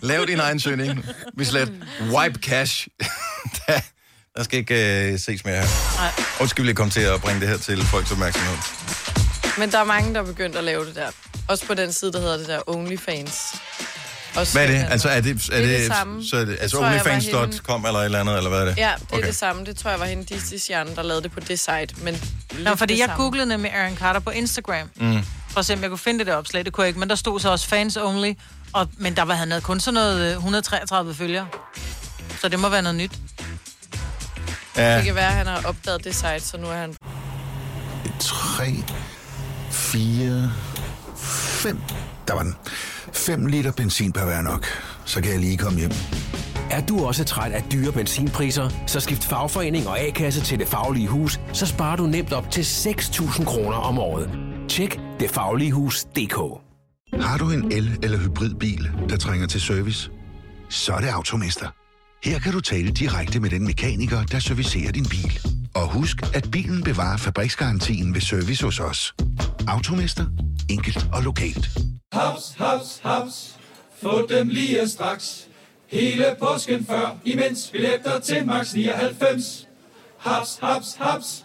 Lav din egen søgning. Vi slet wipe cash. [LAUGHS] der, der skal ikke øh, ses mere her. Og skal vi lige komme til at bringe det her til folks opmærksomhed.
Men der er mange, der er begyndt at lave det der. Også på den side, der hedder det der OnlyFans. Også
Hvad er det?
sådan,
Altså, er det, er
Det
det,
er det samme.
Så er det, altså
tror jeg var
onlyfans.com eller et eller andet, eller hvad er det?
Ja, det okay. er
Okay.
det samme. Det tror jeg var hende, Disney's hjerne, der lavede det på det site. Men
Nå,
lidt
fordi
det
jeg
samme.
googlede nemlig Aaron Carter på Instagram, mm. for at se, om jeg kunne finde det der opslag. Det kunne jeg ikke, men der stod så også fans only, og, men der var han havde kun sådan noget øh, 133 følgere. Så det må være noget nyt.
Det
Ja,
kan være, at han har opdaget det site, så nu er han...
3, 4, 5. Der var den. 5 liter benzin per hver nok. Så kan jeg lige komme hjem.
Er du også træt af dyre benzinpriser, så skift fagforening og A-kasse til Det Faglige Hus, så sparer du nemt op til 6.000 kroner om året. Tjek detfagligehus.dk
Har du en el- eller hybridbil, der trænger til service? Så er det Automester. Her kan du tale direkte med den mekaniker, der servicerer din bil. Og husk, at bilen bevarer fabriksgarantien ved service hos os. Automester. Enkelt og lokalt.
Haps, haps, haps. Få dem lige straks. Hele påsken før, imens billetter til max 99. Haps, haps, haps.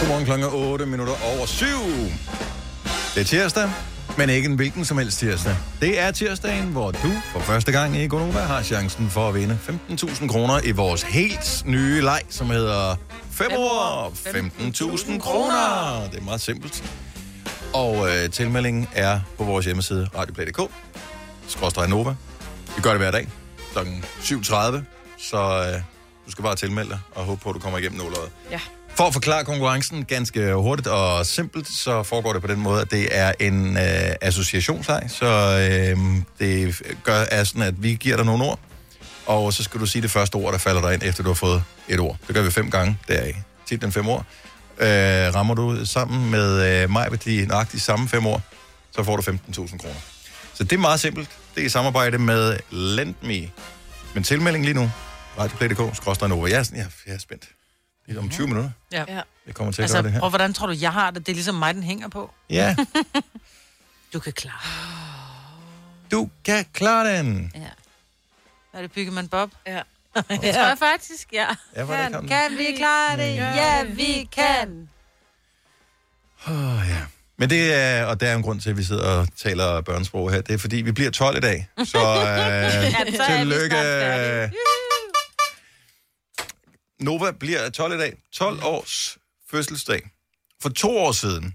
godmorgen klokken er 8 minutter over 7. Det er tirsdag, men ikke en hvilken som helst tirsdag. Det er tirsdagen, hvor du for første gang i Gonova har chancen for at vinde 15.000 kroner i vores helt nye leg, som hedder 5 år 15.000 kroner. Det er meget simpelt. Og øh, tilmeldingen er på vores hjemmeside radioplay.dk. Skråstrej Nova. Vi gør det hver dag kl. 7.30, så øh, du skal bare tilmelde dig og håbe på, at du kommer igennem nålet.
Ja.
For at forklare konkurrencen ganske hurtigt og simpelt, så foregår det på den måde, at det er en øh, associationsleg. Så øh, det gør, er sådan, at vi giver dig nogle ord, og så skal du sige det første ord, der falder dig ind, efter du har fået et ord. Det gør vi fem gange deraf. Tit den fem ord. Øh, rammer du sammen med øh, mig ved de nøjagtigt samme fem ord, så får du 15.000 kroner. Så det er meget simpelt. Det er i samarbejde med LendMe. Men tilmelding lige nu, radioplay.dk, skråstrej Nova. Jeg er, sådan, jeg, jeg er spændt. Lige om 20 minutter.
Ja.
Ja.
Jeg kommer til at altså, gøre det
Altså,
her.
og hvordan tror du, jeg har det? Det er ligesom mig, den hænger på. [LAUGHS]
Ja,
Du kan klare. det.
du kan klare den.
Ja.
Er det Byggeman Bob? [LAUGHS]
Ja.
[LAUGHS] Det tror jeg faktisk, ja.
Ja, var det kan.
Kan vi klare det? Ja, vi kan.
Oh, ja. Men det er, og der er en grund til, at vi sidder og taler børnesprog her. Det er, fordi vi bliver 12 i dag. Så
[LAUGHS]
øh,
så er vi
tillykke.
snart færdige.
Nova bliver 12 i dag. 12 års fødselsdag. For to år siden,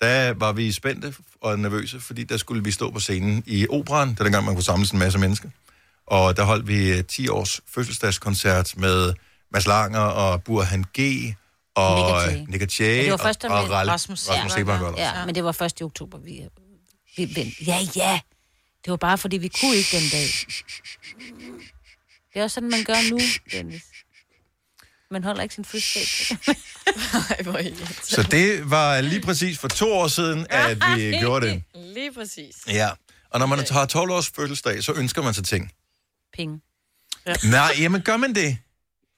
der var vi spændte og nervøse, fordi der skulle vi stå på scenen i operan. Det var dengang, man kunne samle en masse mennesker. Og der holdt vi øh, 10 års fødselsdagskoncert med Mads Langer og Burhan G. Og
Nick og Jay.
øh, Nick og
Ja,
Jay
det
og,
var først, der
og
med
Ral-
Rasmus.
Rasmus, Rasmus
Ja,
Sebak var der også.
Ja, men det var først i oktober, vi... vi vendte. Ja, ja. Det var bare, fordi vi kunne ikke den dag. Det er også sådan, man gør nu, Dennis. Man holder ikke sin
[LAUGHS]
fødselsdag.
Ej, hvor irriterende.
Så det var lige præcis for to år siden, at
[LAUGHS]
vi gjorde det.
[LAUGHS] Lige præcis.
Ja. Og når man har 12 års fødselsdag, så ønsker man sig ting.
Penge.
Nej, jamen gør man det?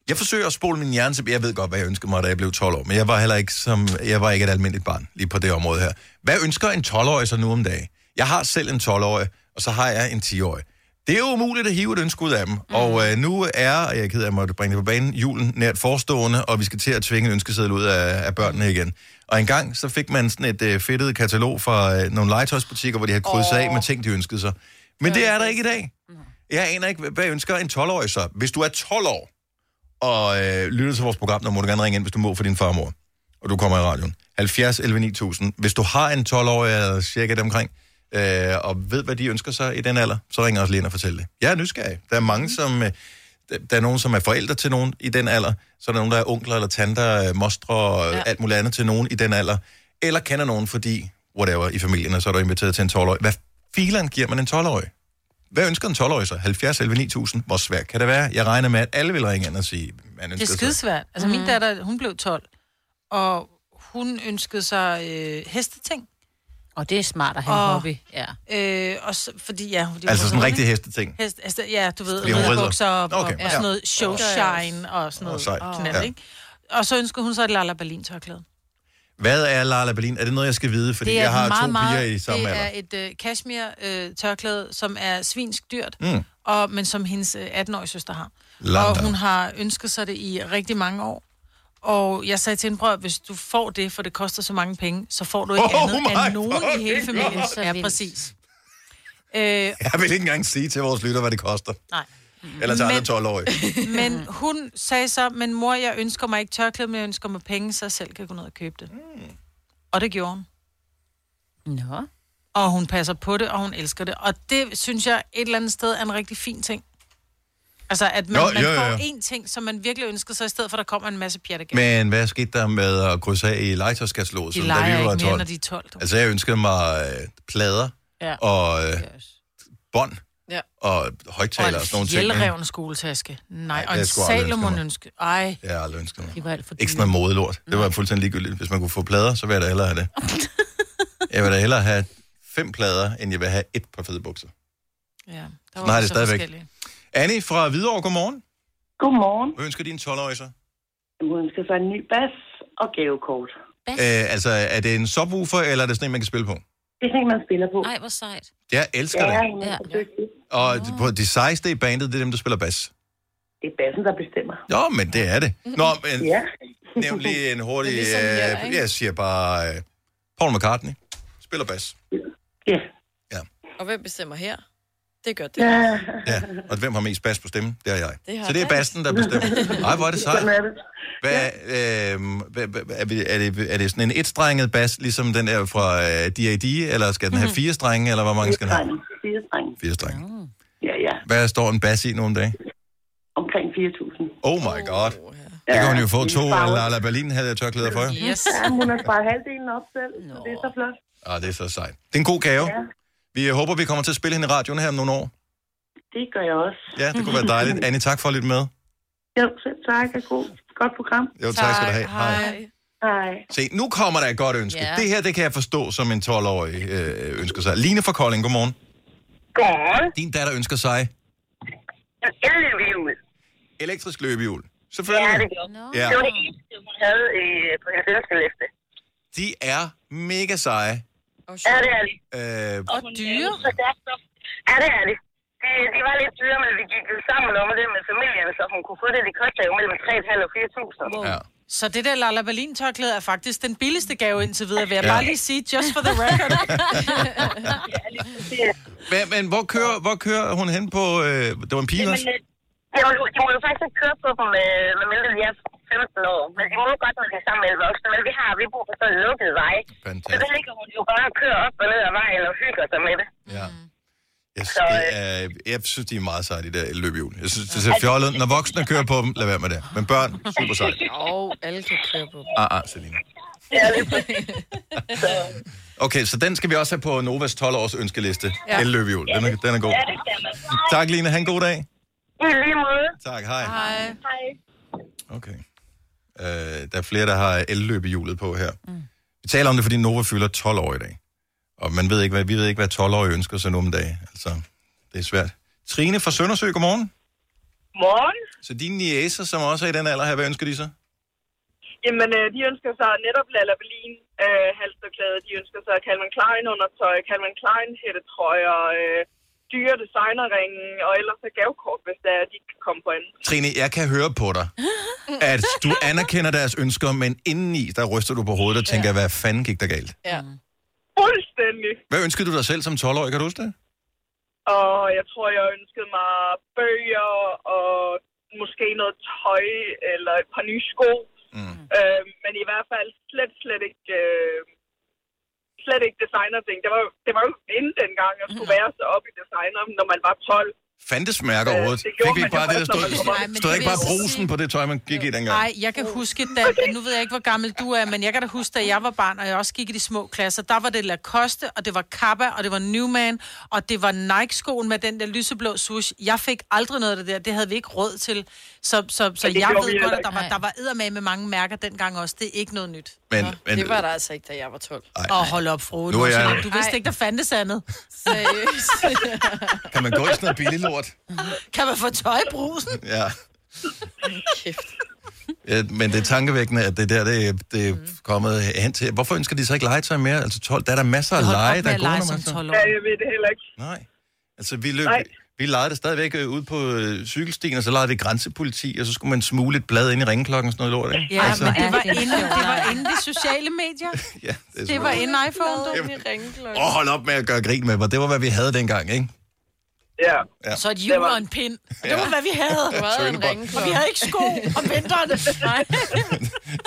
Jeg forsøger at spole min hjerne tilbage. Jeg ved godt, hvad jeg ønskede mig, da jeg blev 12 år, men jeg var heller ikke, som, jeg var ikke et almindeligt barn lige på det område her. Hvad ønsker en 12-årig så nu om dagen? Jeg har selv en 12-årig, og så har jeg en 10-årig. Det er jo umuligt at hive et ønske ud af dem. Mm. Og øh, nu er, og jeg er ked af at måtte bringe det på banen, julen nært forestående, og vi skal til at tvinge en ønskeseddel ud af, af børnene igen. Og engang så fik man sådan et øh, fedtet katalog fra øh, nogle legetøjsbutikker, hvor de havde krydset oh. af med ting, de ønskede sig. Men det er der ikke i dag. Jeg aner ikke, hvad- hvad ønsker en 12-årig så? Hvis du er 12 år, og øh, lytter til vores program, så må du gerne ringe ind, hvis du må, for din farmor. Og du kommer i radioen. 70 11 9000. Hvis du har en 12-årig, eller cirka dem omkring, øh, og ved, hvad de ønsker sig i den alder, så ringer også lige ind og fortæl det. Jeg er nysgerrig. Der er mange,
Mhm.
som... Øh, der- der er nogen, som er forældre til nogen i den alder. Så er der nogen, der er onkler eller tanter, øh, mostre og ja. alt muligt andet til nogen i den alder. Eller kender nogen, fordi whatever, i familien, og så er du inviteret til en 12-årig. Hvad filen giver man en 12-årig? Hvad ønsker en 12-årig så? 70 11 9000. Hvor svært kan det være? Jeg regner med, at alle vil ringe ind og sige, man
Det er
ønsker
skidesvært. Altså, min datter, hun blev 12, og hun ønskede sig øh, hesteting.
Og det er smart at have en hobby, ja.
Øh, og så, fordi, ja, fordi
Altså
hun-
sådan rigtig hesteting?
Hest, altså, ja, du ved,
Fordi hun rider.
ridderbukser og, okay,
Okay,
og,
ja.
og sådan noget
Ja.
showshine og sådan noget
sejt.
og knald,
Ja.
ikke? Og så ønskede hun så et Lala Berlin tørklæde.
Hvad er Lala Berlin? Er det noget, jeg skal vide? Fordi jeg har to piger i samme
Det
alder.
er et øh, cashmere øh, tørklæde, som er svinsk dyrt,
Mm.
mm. og, men som hendes øh, 18-årige søster har.
Lala.
Og hun har ønsket sig det i rigtig mange år. Og jeg sagde til hende, prøv at hvis du får det, for det koster så mange penge, så får du ikke
Oh
andet
my
end nogen i hele
fucking
familien.
God.
Ja, præcis. Øh,
Jeg vil ikke engang sige til vores lytter, hvad det koster.
nej.
Eller til
Men-
andre 12-årige.
Men hun sagde så, men mor, jeg ønsker mig ikke tørklæde, men jeg ønsker mig penge, så jeg selv kan gå ned og købe det. Mm. Og det gjorde hun.
Nå.
Og hun passer på det, og hun elsker det. Og det, synes jeg, et eller andet sted er en rigtig fin ting. Altså, at man,
Jo,
jo, man
jo,
jo,
jo, jo.
får én ting, som man virkelig ønsker sig, i stedet for, at der kommer en masse pjattegaver.
Men hvad skete der med at krydse af i legetøjskataloget,
De
som
leger
da vi var
ikke
12?
mere, når de er 12. du.
Altså, jeg ønskede mig øh, plader
Ja.
og øh, bånd
Ja.
og højtaler og sådan nogle ting. ikke?
Fjelrevne skoletaske. Nej,
det
og
har
en
jeg sgu aldrig ønsket
Salomon
mig.
ønske. Ej.
Det har jeg aldrig ønsket mig.
De var alt for
Ikke sådan noget modelort. Det var fuldstændig ligegyldigt. Hvis man kunne få plader, så ville jeg da hellere have
[LAUGHS]
det. jeg vil da hellere have fem plader, end jeg vil have et par fede bukser.
Ja, der
Nej, det er
så
stadigvæk.
forskellige.
Anne fra Hvidovre, godmorgen.
Godmorgen.
Hvad ønsker din 12-årige så?
Hun ønsker sig en ny bas og gavekort.
Øh, altså, er det en subwoofer, eller er det sådan en, man kan spille på?
Det er sådan, en, man spiller på.
Nej, hvor sejt.
Jeg elsker
ja,
det.
hun er så dygtig.
Og på de sejeste i bandet, det er dem, der spiller bas.
Det er bassen, der bestemmer.
Nå, men det er det. Nå, men
Ja.
nævn lige en hurtig...
Det er ligesom Jørgen,
øh,
ikke?
jeg siger bare... Øh, Paul McCartney spiller bas.
Ja.
Og hvem bestemmer her? Det gør det.
Ja.
Ja, og hvem har mest bas på stemmen? Det er jeg.
Det har
så det er
jeg.
bassen, der bestemmer. Nej, hvor er det sejt.
Sådan er det.
Hvad, øhm, hvad, hvad, er, vi- er, det, er det sådan en etstrenget bas, ligesom den der fra øh, D.A.D., eller skal den have
Mhm.
fire strenge, eller hvor mange skal den have?
Fire drenge.
Fire strenge.
Ja, ja.
Hvad står en bas i nogle dage?
Omkring 4.000.
Oh my god. Det kan hun jo få to Lala Berlin havde tørklæder for. jo.
Ja, hun har sparet halvdelen op selv, så det er så flot.
Ah, det er så sejt. Det er en god gave. Vi håber, vi kommer til at spille hende i radioen her om nogle år.
Det gør jeg også.
Ja, det kunne være
[LAUGHS]
dejligt. Anne, tak for at lytte med.
Jo, selv tak. Og god, godt program.
Jo, tak skal du have. Hej.
Hej.
Se, nu kommer der et godt ønske.
Ja.
Det her, det kan jeg forstå, som en 12-årig øh, ønsker sig. Line fra Kolding, godmorgen.
Godmorgen.
Din datter ønsker sig
En elløbehjul.
elektrisk løbehjul.
Ja,
Selvfølgelig.
det gjorde hun.
Ja.
Det var det eneste, hun havde øh, på hendes ønskeliste.
De er mega seje.
Ja, det er det.
Øh,
Og dyre? Ja, det er det. De, de var lidt dyre, men vi gik jo sammen om det med familien, så hun kunne få det. Det kostede jo mellem 3.500 og 4.000.
Ja. Så det der Lala Berlin tørklæde er faktisk den billigste gave indtil videre, vil jeg
Ja.
ja. bare lige sige, just for the record.
men, men hvor kører, hvor kører hun hen på... Øh, det var en pige,
Jamen,
også?
øh, jamen, de må jo faktisk ikke køre på dem, øh, medmindre de er 15 år. Men de må jo godt, når de er sammen med alle voksne. Men vi har, vi bor på sådan en lukket vej. Så der ligger hun jo bare og kører op og ned ad vejen og hygger sig med det.
Ja. Jeg, synes, det er, jeg synes, de er meget seje, de der løbehjul. Jeg synes, øh, det ser fjollet. ud. Når voksne kører på dem, lad være med det. Men børn, super sejt.
Og alle kan køre på.
Ah, ah, Selina.
Ja, det er
Okay, så den skal vi også have på Novas 12-års ønskeliste. Ja.
Ja.
Elløbehjul. Den er, den er god.
Ja, det skal man.
Tak, Line. Ha' en god dag.
I lige måde.
Tak, hej.
Hej. Hej.
Okay. Øh, der er flere, der har elløbehjulet på her. Mm. Vi taler om det, fordi Nova fylder 12 år i dag. Og man ved ikke, hvad, vi ved ikke, hvad 12-årige ønsker sig nu om dagen. Altså, det er svært. Trine fra Søndersø, godmorgen.
Morgen.
Så dine niæser, som også er i den alder her, hvad ønsker de så?
Jamen, øh, de ønsker sig netop Lala Berlin øh, halstørklæde. De ønsker sig Calvin Klein undertøj, Calvin Klein hættetrøjer, øh, dyre designerringen, og ellers så gavekort, hvis der er, de ikke kan komme på anden.
Trine, jeg kan høre på dig, at du anerkender deres ønsker, men indeni, der ryster du på hovedet og tænker, hvad fanden gik der galt?
Ja. Fuldstændig.
Hvad ønskede du dig selv som 12-årig, kan du huske det?
Og jeg tror, jeg ønskede mig bøger og måske noget tøj eller et par nye sko. Mm. Øh, men i hvert fald slet, slet ikke... Øh, slet ikke designer-ting. Det var, jo- det var jo inden dengang, jeg skulle være så op i designer, når man var 12.
Fandtes mærker
Øh,
overhovedet?
det
Fik
gjorde
vi ikke
man
bare
jo
det,
også,
der stod?
når man
kom op. Nej, men
Stod der
det
ikke bare
vil jeg
brusen på det tøj, man gik i dengang?
Nej, jeg kan huske, da, nu ved jeg ikke, hvor gammel du er, men jeg kan da huske, da jeg var barn, og jeg også gik i de små klasser, der var det Lacoste, og det var Kappa, og det var Newman, og det var Nike-skoen med den der lyseblå swoosh. Jeg fik aldrig noget af det der, det havde vi ikke råd til. Så, så, så
Ja, det
jeg
gjorde vi
ved godt,
heller
at der
ikke.
var, der var eddermame med mange mærker dengang også. Det er ikke noget nyt.
Men, men
Det var der altså ikke, da jeg var 12.
Og hold op, Frode.
Nu
Du,
er jeg-
jeg... du vidste ikke, der fandtes andet.
Seriøst.
kan man gå i sådan noget billig lort?
kan man få tøj i brusen?
Ja. ja. Men det er tankevækkende, at det der, det, er- det er kommet hen til. Hvorfor ønsker de så ikke legetøj mere? Altså 12, der er der masser af
Hold op med
lege, der er
at
gode
lege
nummer.
som
altså.
12
Ja, jeg ved det heller ikke.
Nej. Altså, vi løb,
Nej.
vi legede det stadigvæk øh, ude på øh, cykelstien, og så legede vi grænsepoliti, og så skulle man smule et blad ind i ringklokken og sådan noget lort, ikke?
Ja,
altså,
men det var,
Ja, det er
inden,
sjovt.
det var inden de sociale medier.
[LAUGHS] ja, det,
Det var inden iPhone, du.
Åh, hold op med at gøre grin med mig. Det var, hvad vi havde dengang, ikke?
Ja.
ja.
Så et hjul og en pind. Og det var, hvad vi havde.
Du havde en ringklokke.
og vi havde ikke sko om vinteren. Nej.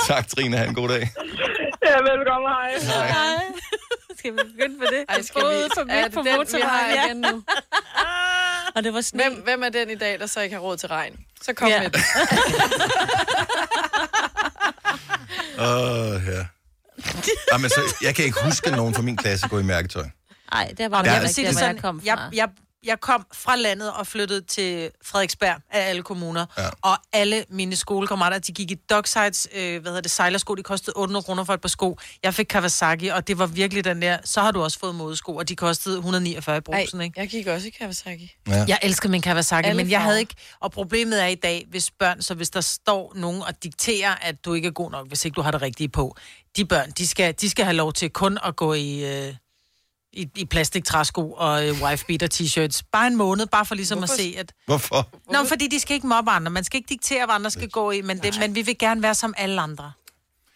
Tak, Trine. Ha' en god dag.
Ja, velkommen, hej.
[LAUGHS]
Hej. Skal vi begynde med det?
Ej, skal vi...
Både forbudt
er det
på
den, vi har
motorvejen, ja.
igen [LAUGHS] nu?
Og det var sne.
Hvem, hvem er den i dag, der så ikke har råd til regn? Så kom
Ja.
med
Åh, oh, ja. Jamen, så, jeg kan ikke huske nogen fra min klasse gå i mærketøj.
Nej, det var
Ja.
jeg
Jeg vil
ikke,
sige
der,
det
hvor jeg
sådan,
kom fra.
jeg, jeg, jeg kom fra landet og flyttede til Frederiksberg af alle kommuner. Ja. Og alle mine skolekammerater, de gik i Docksides, øh, hvad hedder det, sejlersko. Det kostede 800 kroner for et par sko. Jeg fik Kawasaki, og det var virkelig den der, så har du også fået modesko, og de kostede 149 i brusen, ikke?
Jeg gik også i Kawasaki.
Ja.
Jeg elsker min Kawasaki,
Alle
men jeg
farver.
havde ikke... Og problemet er i dag, hvis børn, så hvis der står nogen og dikterer, at du ikke er god nok, hvis ikke du har det rigtige på. De børn, de skal, de skal have lov til kun at gå i... Øh, i, i plastiktræsko og øh, wifebeater t-shirts. Bare en måned, bare for ligesom Hvorfor? at se, at...
Hvorfor?
Nå, men fordi de skal ikke mobbe andre. Man skal ikke diktere, hvad andre skal gå i, men, det, men vi vil gerne være som alle andre.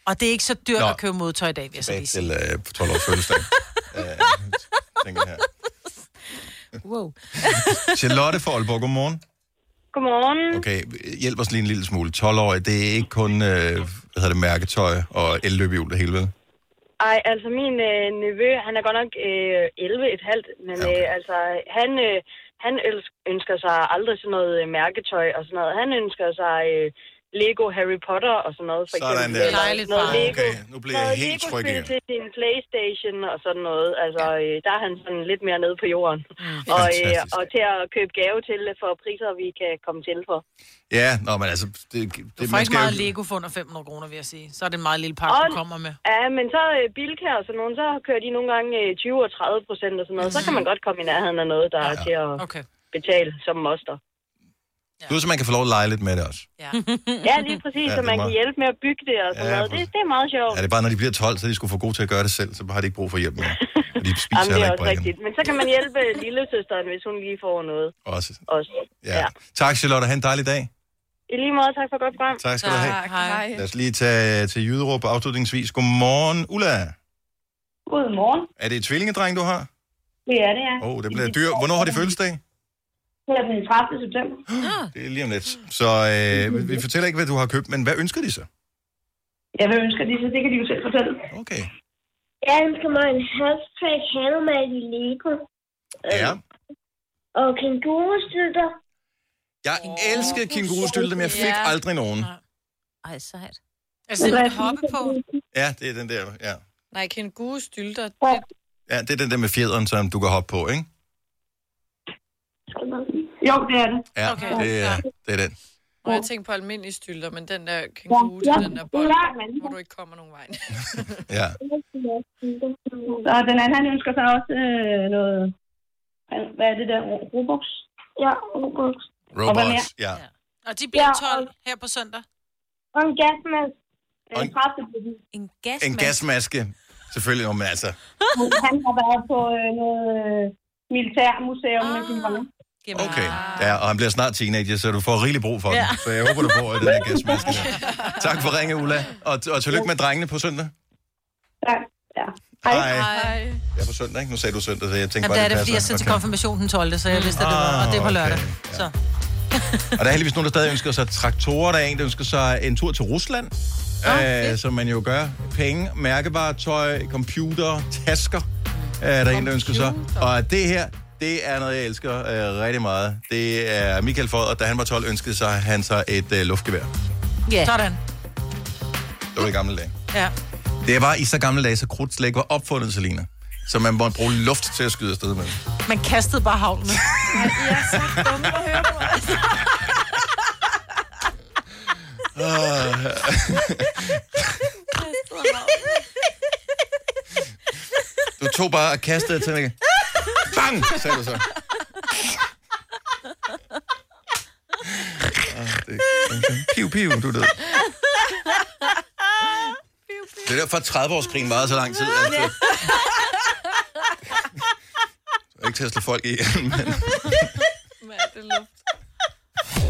Og det er ikke så dyrt
Nå.
Nå. at købe modtøj i dag, vil jeg så
Tilbage
lige sige.
til øh, 12 års fødselsdag.
[LAUGHS]
Øh, tænker jeg her.
Wow.
Charlotte fra Aalborg, godmorgen.
[LAUGHS] Godmorgen.
Okay, hjælp os lige en lille smule. 12 år, det er ikke kun øh, hvad hedder det, mærketøj og elløbehjul det hele, vel?
Ej, altså min øh, nevø, han er godt nok øh, 11 et halvt, men ja, okay. øh, altså han, øh, han øls- ønsker sig aldrig sådan noget øh, mærketøj og sådan noget. Han ønsker sig øh, Lego Harry Potter og sådan noget, for
Sådan
eksempel.
der.
Eller
Dejligt,
noget
far.
Lego,
Okay, nu bliver jeg
noget
helt tryg
Lego-spil
igen.
til sin Playstation og sådan noget. Altså, øh, der er han sådan lidt mere nede på jorden. Mm, og, øh,
Fantastisk.
og til at købe gave til for priser, vi kan komme til for.
Ja, nå, men altså... Det, det,
Du får
man
ikke
skal jo-
meget Lego for under 500 kroner, vil jeg sige. Så er det en meget lille pakke,
Og-
du kommer med.
Ja, men så øh, Bilka og sådan nogen, så kører de nogle gange øh, 20 og 30 procent og sådan noget. Så kan man godt komme i nærheden af noget, der ja, ja. er til at
okay.
betale som moster.
Du så man kan få lov at lege lidt med det også.
Ja,
ja lige præcis, ja,
Ja, det
så
er
man kan
meget-
hjælpe med at bygge det og sådan
Ja,
ja, noget. Det,
præcis.
det er meget sjovt.
Ja, det er bare, når de bliver 12, så er de skulle få gode til at gøre det selv, så har de ikke brug for hjælp mere. Og de spiser
Jamen, det
heller
er
ikke
også
brækken.
rigtigt. Men så kan man hjælpe øh, lillesøsteren, hvis hun lige får noget
Også.
også.
[LAUGHS] Ja. ja. Tak, Charlotte. Ha' en dejlig dag.
I lige måde, tak for godt program.
Tak skal du have. Tak,
Hej.
Lad os lige tage til Jyderup afslutningsvis. Godmorgen, Ulla.
Godmorgen.
Er det et tvillingedreng, du har?
Det er det, ja.
Åh, oh, det bliver dyr. Hvornår har de fødselsdag?
Det er den 30. september.
Ah.
Det er lige om lidt. Så øh, vi- vi fortæller ikke, hvad du har købt, men hvad ønsker de så?
Ja, hvad ønsker de så? Det kan de jo selv fortælle.
Okay.
Jeg ønsker mig en halsbræk havemand i Lego.
Ja.
Og kængurustøtter.
Jeg elskede kængurustylter, men jeg fik
Ja.
aldrig nogen.
Ej, sejt.
Altså,
den
med hoppe på.
Ja, det er den der. Ja,
Nej, kænguru stylter.
ja det er den der med fjederen, som du kan hoppe på, ikke?
Jo, det er det.
Ja,
Okay.
det, er, det er den.
Og jeg tænkte på almindelige stylter, men den der kænguru til
Ja,
den der bold,
ja,
hvor du ikke kommer nogen vej.
Ja.
Og den anden, han ønsker sig også øh, noget...
[LAUGHS]
Hvad er det der? Robux? Ja, Robux. Og hvad mere?
Robots, ja.
Og de bliver
Ja,
12 her på søndag.
Og en gasmask.
Og
En
en-
pressebil.
En
En gasmaske, selvfølgelig. Nå, Men altså,
Han har været på øh, noget øh, militærmuseum ah. med sin venner.
okay. Ja, og han bliver snart teenager, så du får rigelig brug for den.
Ja.
Så jeg håber, du får den
[LAUGHS]
her gasmaske. der. Tak for ringe, Ulla. Og, og tillykke med drengene på søndag.
Tak. Ja.
Hej. Ja, på søndag, ikke? Nu sagde du søndag, så jeg tænkte
Jamen,
bare,
der er
det
det, fordi jeg
passer.
sidder til
Okay.
konfirmation den 12., så jeg vidste, at det
Ah,
var, og det er på
okay.
lørdag. Så.
Og der er heldigvis nogen, der stadig ønsker sig traktorer. Der er en, der ønsker sig en tur til Rusland, øh, som man jo gør. Penge, mærkebare tøj, computer, tasker øh, der er en, der ønsker sig. Og det her, det er noget, jeg elsker øh, rigtig meget. Det er Michael Fodder, da han var 12, ønskede sig han sig et øh, luftgevær.
Ja. Sådan.
Det var i gamle dage.
Ja.
Det var i så gamle dage, så krudt slet ikke var opfundet, Selina. Så man måtte bruge luft til at skyde afsted med.
Man kastede bare [LAUGHS] havlen. ja, så dumme at [LAUGHS] høre på.
Du tog bare og kastede til mig. Bang, sagde du så. Ah, det er- Piu, piu, du er død. Det er derfor, at 30-årskrigen varede så lang tid. Altså. Det er Ikke til at slå folk i, men...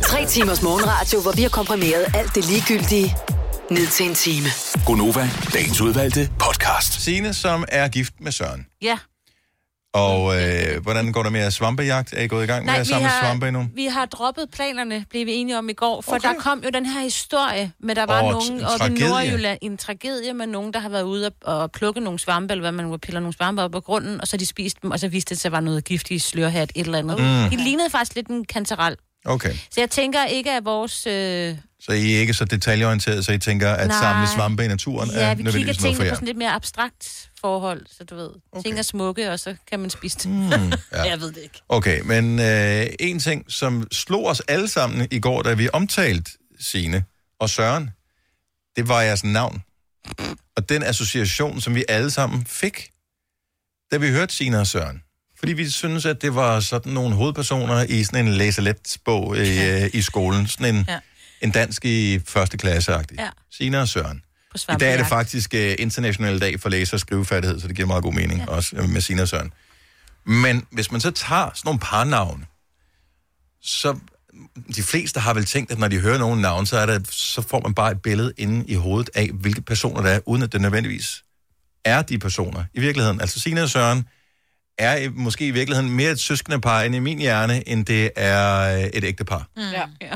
Tre timers morgenradio, hvor vi har komprimeret alt det ligegyldige ned til en time.
Gonova, dagens udvalgte podcast. Sine, som er gift med Søren.
Ja.
Og øh, hvordan går det med jeres svampejagt? Er I gået i gang med at samle svampe endnu?
vi har droppet planerne, blev vi enige om i går, for okay. der kom jo den her historie, med der var
Åh,
oh,
en
nogen
tra-
oppe i
tragedie.
Nordjylland, en tragedie med nogen, der har været ude og, og plukke nogle svampe, eller hvad man nu piller nogle svampe op på grunden, og så har de spist dem, og så viste det sig, at der var noget giftigt slørhat, et eller andet.
Mm.
Mm. De lignede faktisk lidt en kantarel.
Okay.
Så jeg tænker ikke, at vores... Øh,
Så I er ikke så detaljeorienteret, så I tænker, at
Nej.
samle svampe i naturen
ja, vi
er
kigger
nødvendigvis noget for
tingene på
jer?
sådan lidt mere abstrakt forhold, så du ved. Okay. Ting er smukke, og så kan man spise dem. [LAUGHS]
Mm, ja.
jeg ved det ikke.
Okay, men øh, en ting, som slog os alle sammen i går, da vi omtalte Sine og Søren, det var jeres navn. Og den association, som vi alle sammen fik, da vi hørte Sine og Søren. Fordi vi synes, at det var sådan nogle hovedpersoner i sådan en læselet-bog i, øh, i skolen. Sådan en, ja.
Ja.
en dansk i første klasse-agtig.
Ja.
Sine og Søren.
På
I dag er det
svampejagt.
faktisk uh, international dag for læser- og skrivefærdighed, så det giver meget god mening, ja. også øh, med Sina og Søren. Men hvis man så tager sådan nogle parnavne, så mm, de fleste har vel tænkt, at når de hører nogle navne, så, er der, så får man bare et billede inde i hovedet af, hvilke personer der er, uden at det nødvendigvis er de personer i virkeligheden. Altså Sina og Søren er i- måske i virkeligheden mere et søskende par end i min hjerne, end det er øh, et ægte par.
Mm. Ja. ja.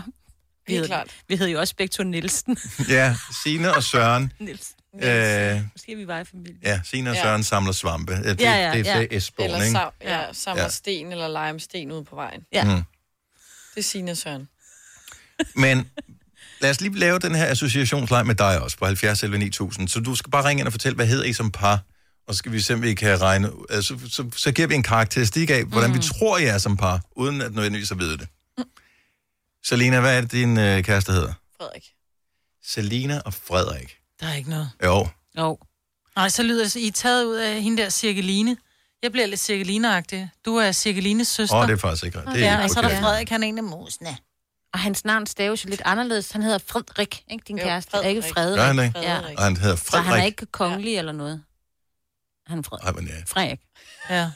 Vi Helt klart. Vi hed jo også begge to
[LAUGHS]
Nielsen.
Ja, Sina og Søren.
Nielsen.
Øh,
Måske vi var i familie.
Ja, Sina og
Ja.
Søren samler svampe. Ja, Det,
Ja, ja,
det,
ja.
det er Esboen,
Eller
ikke?
sam, ja, samler
Ja.
ja. sten eller limesten ude på vejen.
Ja. Mm.
Det er Signe Søren.
Men lad os lige lave den her associationsleg med dig også på 70 11 9000. Så du skal bare ringe ind og fortælle, hvad hedder I som par? Og så skal vi se, om vi kan regne... Altså, så, så, så giver vi en karakteristik af, hvordan mm. vi tror, I er som par, uden at nødvendigvis at vide det. Selina, hvad er det, din øh, kæreste hedder?
Frederik.
Selina og Frederik.
Der er ikke noget.
Jo.
Jo.
Nej, så lyder det, så I er taget ud af hende der cirkeline. Jeg bliver lidt cirkelineagtig. Du er cirkelines søster.
Åh, det er faktisk ikke rigtigt. Det er
ja,
ikke
og så er der
forkert.
Frederik, han er en af musene.
Og hans navn staves jo lidt anderledes. Han hedder Frederik, ikke din jo, kæreste? Frederik. Ikke Frederik.
Gør han det?
Ja.
Og han hedder
Så han er
Frederik.
ikke kongelig ja. eller noget. Han er Frederik.
Ej, men ja.
Frederik. [LAUGHS]
Ja.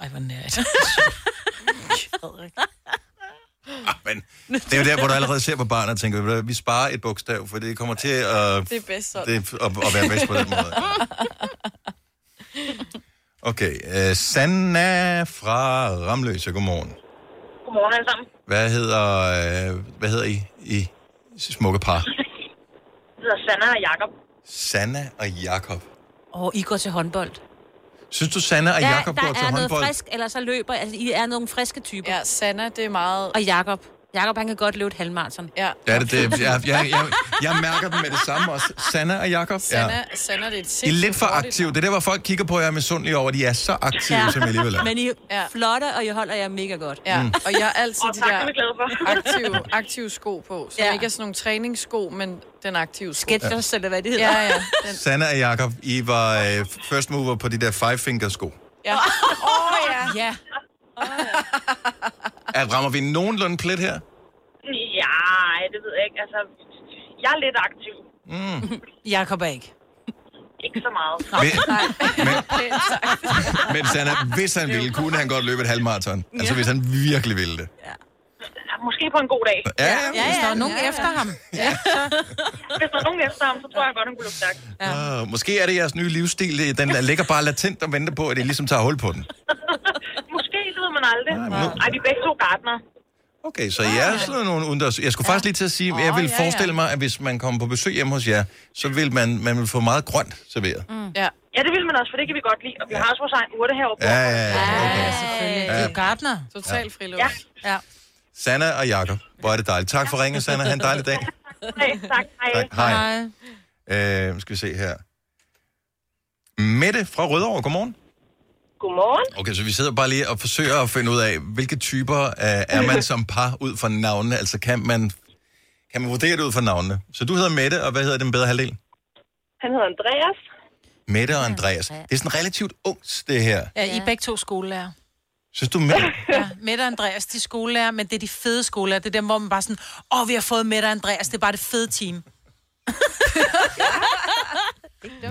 Ej, hvor
[LAUGHS]
nært.
Ah, men det er jo der, hvor du allerede ser på barnet og tænker, "Ved du hvad, vi sparer et bogstav, for det kommer til at,
Det er bedst sådan.
det, at, at være bedst på den måde. Okay, uh, Sanna fra Ramløse, godmorgen.
Godmorgen alle sammen.
Hvad hedder, uh, hvad hedder I, I smukke par?
Jeg hedder Sanna og Jakob.
Sanna og Jakob.
Og I går til håndbold.
Synes du, Sanna og
Ja,
Jakob
der
går
er
til
noget
håndbold?
frisk, eller så løber. Altså, I er nogle friske typer.
Ja, Sanna, det er meget...
Og Jakob. Jakob, han kan godt løbe et halvmarathon.
Ja.
Ja, det, det, jeg, jeg, jeg, jeg mærker dem med det samme også. Sanna og Jakob.
Sanna, ja. Sanna det er et
I er
sindssygt
lidt for
hurtigt-
aktive. Det er der, hvor folk kigger på jer med sundlig over, at de er så aktive, ja. som I alligevel er.
Men I er ja. flotte, og I holder jer mega godt.
Ja,
Mm.
[LAUGHS] og jeg er altid
Og
de
tak,
der
det er vi glade for. [LAUGHS]
aktive, aktive sko på, som ja. ikke er sådan nogle træningssko, men den aktive sko.
Skechers,
eller hvad det
hedder. Ja, ja.
[LAUGHS]
Den,
Sanna og Jakob, I var øh, first mover på de der five finger sko.
ja. Åh, oh, ja.
ja.
Er, rammer vi nogenlunde plet her?
det ved jeg ikke. Altså, jeg er lidt aktiv.
Mm.
Jakob er ikke.
Ikke så meget.
Men- Men Sanna, hvis han ville, kunne han godt løbe et halvmarathon. Altså,
Ja.
hvis han virkelig ville det.
Altså, Måske på en god dag.
Ja, ja,
Ja, hvis der er nogen efter ham. Ja.
Hvis der er nogen efter ham, så tror jeg godt, han kunne løbe stærkt.
Ja. Uh, måske er det jeres nye livsstil. det- Den der ligger bare latent og venter på, at I ligesom tager hul på den.
Måske, det ved man aldrig. Ej, vi er begge to gardner.
Okay, så jeg er sådan nogle unders... Jeg skulle faktisk lige til at sige, at jeg vil
ja, ja.
forestille mig, at hvis man kommer på besøg hjemme hos jer, så vil man, man vil få meget grønt serveret.
Mm. Ja. ja, det vil man også, for det kan vi godt lide. Og vi har også vores egen urte heroppe.
Ja, ja, ja.
Ja, selvfølgelig.
Ja.
Ja. Gardner.
Total friluft. Ja.
ja.
Sanna og Jakob, hvor er det dejligt. Tak for ringen, Sanna. Ha' en dejlig dag.
Hey, tak. Hej.
Tak. Hej. Hej. Uh, skal vi se her. Mette fra Rødovre, godmorgen.
Godmorgen.
Okay, så vi sidder bare lige og forsøger at finde ud af, hvilke typer uh, er man som par ud fra navnene? Altså, kan man, kan man vurdere det ud fra navnene? Så du hedder Mette, og hvad hedder den bedre halvdel?
Han hedder Andreas.
Mette og Andreas. Det er sådan relativt ungt, det her.
Ja, I er begge to skolelærer.
Synes du, Mette?
Ja, Mette og Andreas, de er skolelærer, men det er de fede skolelærer. Det er dem, hvor man bare sådan, åh, oh, vi har fået Mette og Andreas, det er bare det fede team.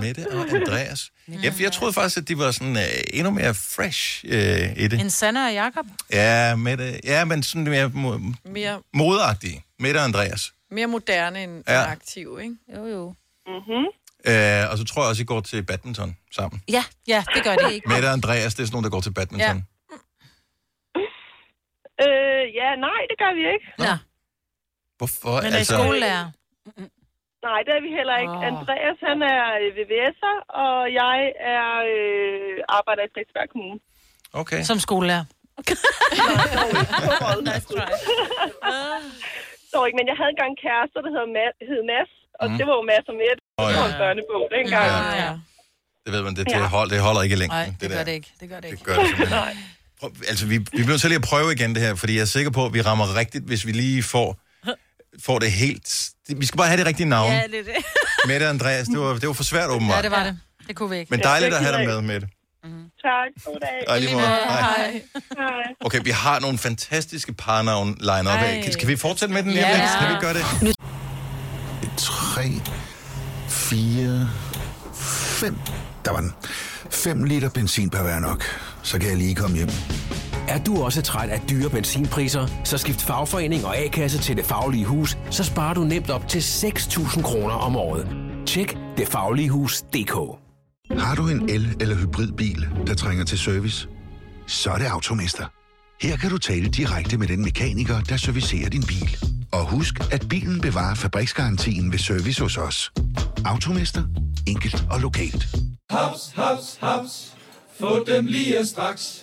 Mette og Andreas. Jeg, jeg troede faktisk, at de var sådan øh, endnu mere fresh øh, i
En
det.
Sanna og Jakob.
Ja, Mette, ja, men sådan mere mo-
Mere,
modeagtige. Mette og Andreas.
mere moderne end
Ja.
ja. aktiv, ikke? Jo, jo. Mm-hmm.
Øh, og så tror jeg også, I går til badminton sammen.
Ja, ja, det gør det ikke.
Mette og Andreas, det er sådan nogle, der går til badminton. Ja.
Øh, ja, nej, det gør vi ikke.
Nå.
Hvorfor? Altså,
Men er I skolelærer? Nej, det er vi heller ikke.
Åh.
Oh. Andreas, han er øh, VVS'er, og jeg er øh, arbejder i Frederiksberg Kommune.
Okay.
Som skolelærer.
[LAUGHS] Så ikke, men jeg havde engang en kæreste, der hed, Ma- hed Mads, og mm. det var jo Mads og Mette.
Åh,
Det
ja.
var en børnebog dengang.
Ja.
Ja.
Det ved man, det,
Ja.
det, hold, det holder ikke i længden.
Nej, det,
det
gør
der.
det ikke. Det gør det ikke.
Det gør det simpelthen. Prøv, altså, vi, vi bliver nødt til lige at prøve igen det her, fordi jeg er sikker på, at vi rammer rigtigt, hvis vi lige får, får det helt... Vi skal bare have det rigtige navn.
Ja,
Ja.
det er
[LAUGHS]
det.
Mette og Andreas, det var, det var for svært åbenbart.
Ja, det var det. Det kunne vi ikke.
Men dejligt at have dig med, Mette.
Mm. Tak. God dag.
Og i lige måde. Hej.
Hej. [LAUGHS]
Okay, vi har nogle fantastiske parnavn line op af.
Ej.
Kan, kan vi fortsætte med den lige om
Ja.
lidt? Skal vi gøre det?
3, 4, 5. Der var den. 5 liter benzin per hver nok. Så kan jeg lige komme hjem.
Er du også træt af dyre benzinpriser, så skift fagforening og A-kasse til Det Faglige Hus, så sparer du nemt op til 6.000 kroner om året. Tjek detfagligehus.dk
Har du en el- eller hybridbil, der trænger til service? Så er det Automester. Her kan du tale direkte med den mekaniker, der servicerer din bil. Og husk, at bilen bevarer fabriksgarantien ved service hos os. Automester. Enkelt og lokalt.
Haps, haps, haps. Få dem lige straks.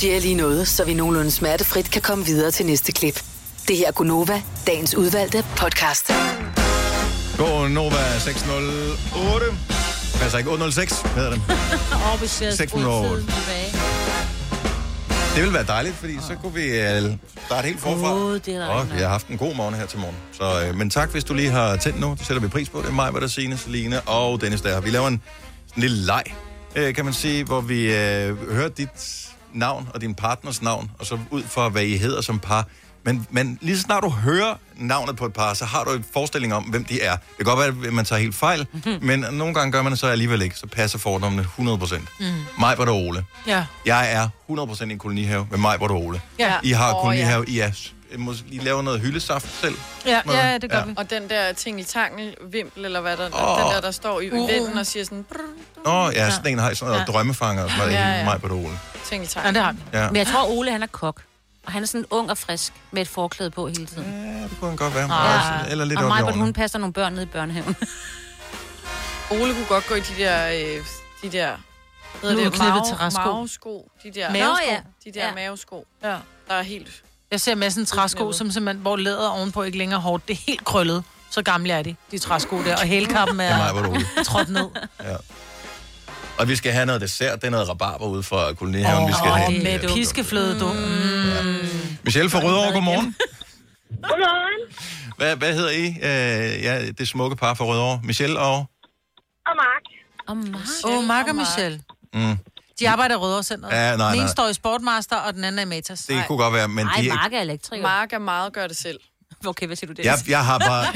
Det er lige noget, så vi nogenlunde smertefrit kan komme videre til næste klip. Det her er Gunova, dagens udvalgte podcast.
Gå Nova 608. Altså ikke 806, hedder den.
Og vi ser
608.
tilbage.
Det ville være dejligt, fordi så kunne vi øh, starte helt forfra.
Åh, det er der
Og vi har haft en god morgen her til morgen. Så, øh, men tak, hvis du lige har tændt nu. Det sætter vi pris på. Det er mig, hvad der Signe, Celine og Dennis der. Vi laver en, en lille leg, øh, kan man sige, hvor vi øh, hører dit navn og din partners navn, og så ud fra, hvad I hedder som par. Men, men lige så snart du hører navnet på et par, så har du en forestilling om, hvem de er. Det kan godt være, at man tager helt
[LAUGHS]
fejl, men nogle gange gør man det så alligevel ikke. Så passer fordommene 100%.
Mm.
Mig var der Ole.
Ja.
Jeg er 100% i en kolonihave med mig, hvor du Ole.
Ja.
I har
Åh,
kolonihave, I, er, s- I må lige lave noget hyldesaft selv.
Ja,
Må jeg?
Og den der ting i tangel, vimpel, eller hvad der,
Åh.
oh. den der, der står i
Uh.
uh. vinden og siger sådan, brr,
Nå, ja, sådan en har I sådan noget
Ja.
ja. drømmefanger, og sådan noget
Ja,
ja,
ja.
ja. mig, hvor du Ole.
ting i
Ja,
tangel.
det har vi.
Ja.
Men jeg tror, Ole han er kok. Og han er sådan ung og frisk med et forklæde på hele tiden. Ah.
Ja, det kunne han godt være.
Ah.
Også- eller lidt
og
op i
mig,
årene.
hun passer nogle børn nede i [LAUGHS] børnehaven.
Ole kunne godt gå i de der, øh, de der,
Nu er du knippet til
mave,
restsko.
mavesko, de der,
Mavesko?
de der
Ja.
mavesko, ja. der er helt
Jeg ser med sådan en træsko, som simpelthen, hvor læder ovenpå ikke længere er hårdt. Det er helt krøllet. Så gamle er de, de træsko der. Og hælkappen
Nej, hvor er du ude.
er trådt ned.
Ja. Og vi skal have noget dessert. Det er noget rabarber ude fra kolonihaven, oh, vi skal have.
Med et piskefløde, du. Mm.
Michelle fra Rødovre, godmorgen.
Godmorgen.
[LAUGHS] Hvad, hvad hedder I? Øh, ja, det smukke par fra Rødovre. Michelle og...
Og Mark.
Og Mark. Åh, Mark og Michelle.
Mm.
De arbejder i Rødovre Center.
Ja, nej,
Den ene
nej.
står i Sportmaster, og den anden er i Matas.
Det kunne godt være, men
Ej,
de er ikke-
Mark er elektriker.
Mark er meget gør det selv.
[LAUGHS] Okay, hvad siger du det?
Jeg- jeg har
[LAUGHS]
[LAUGHS]
bare-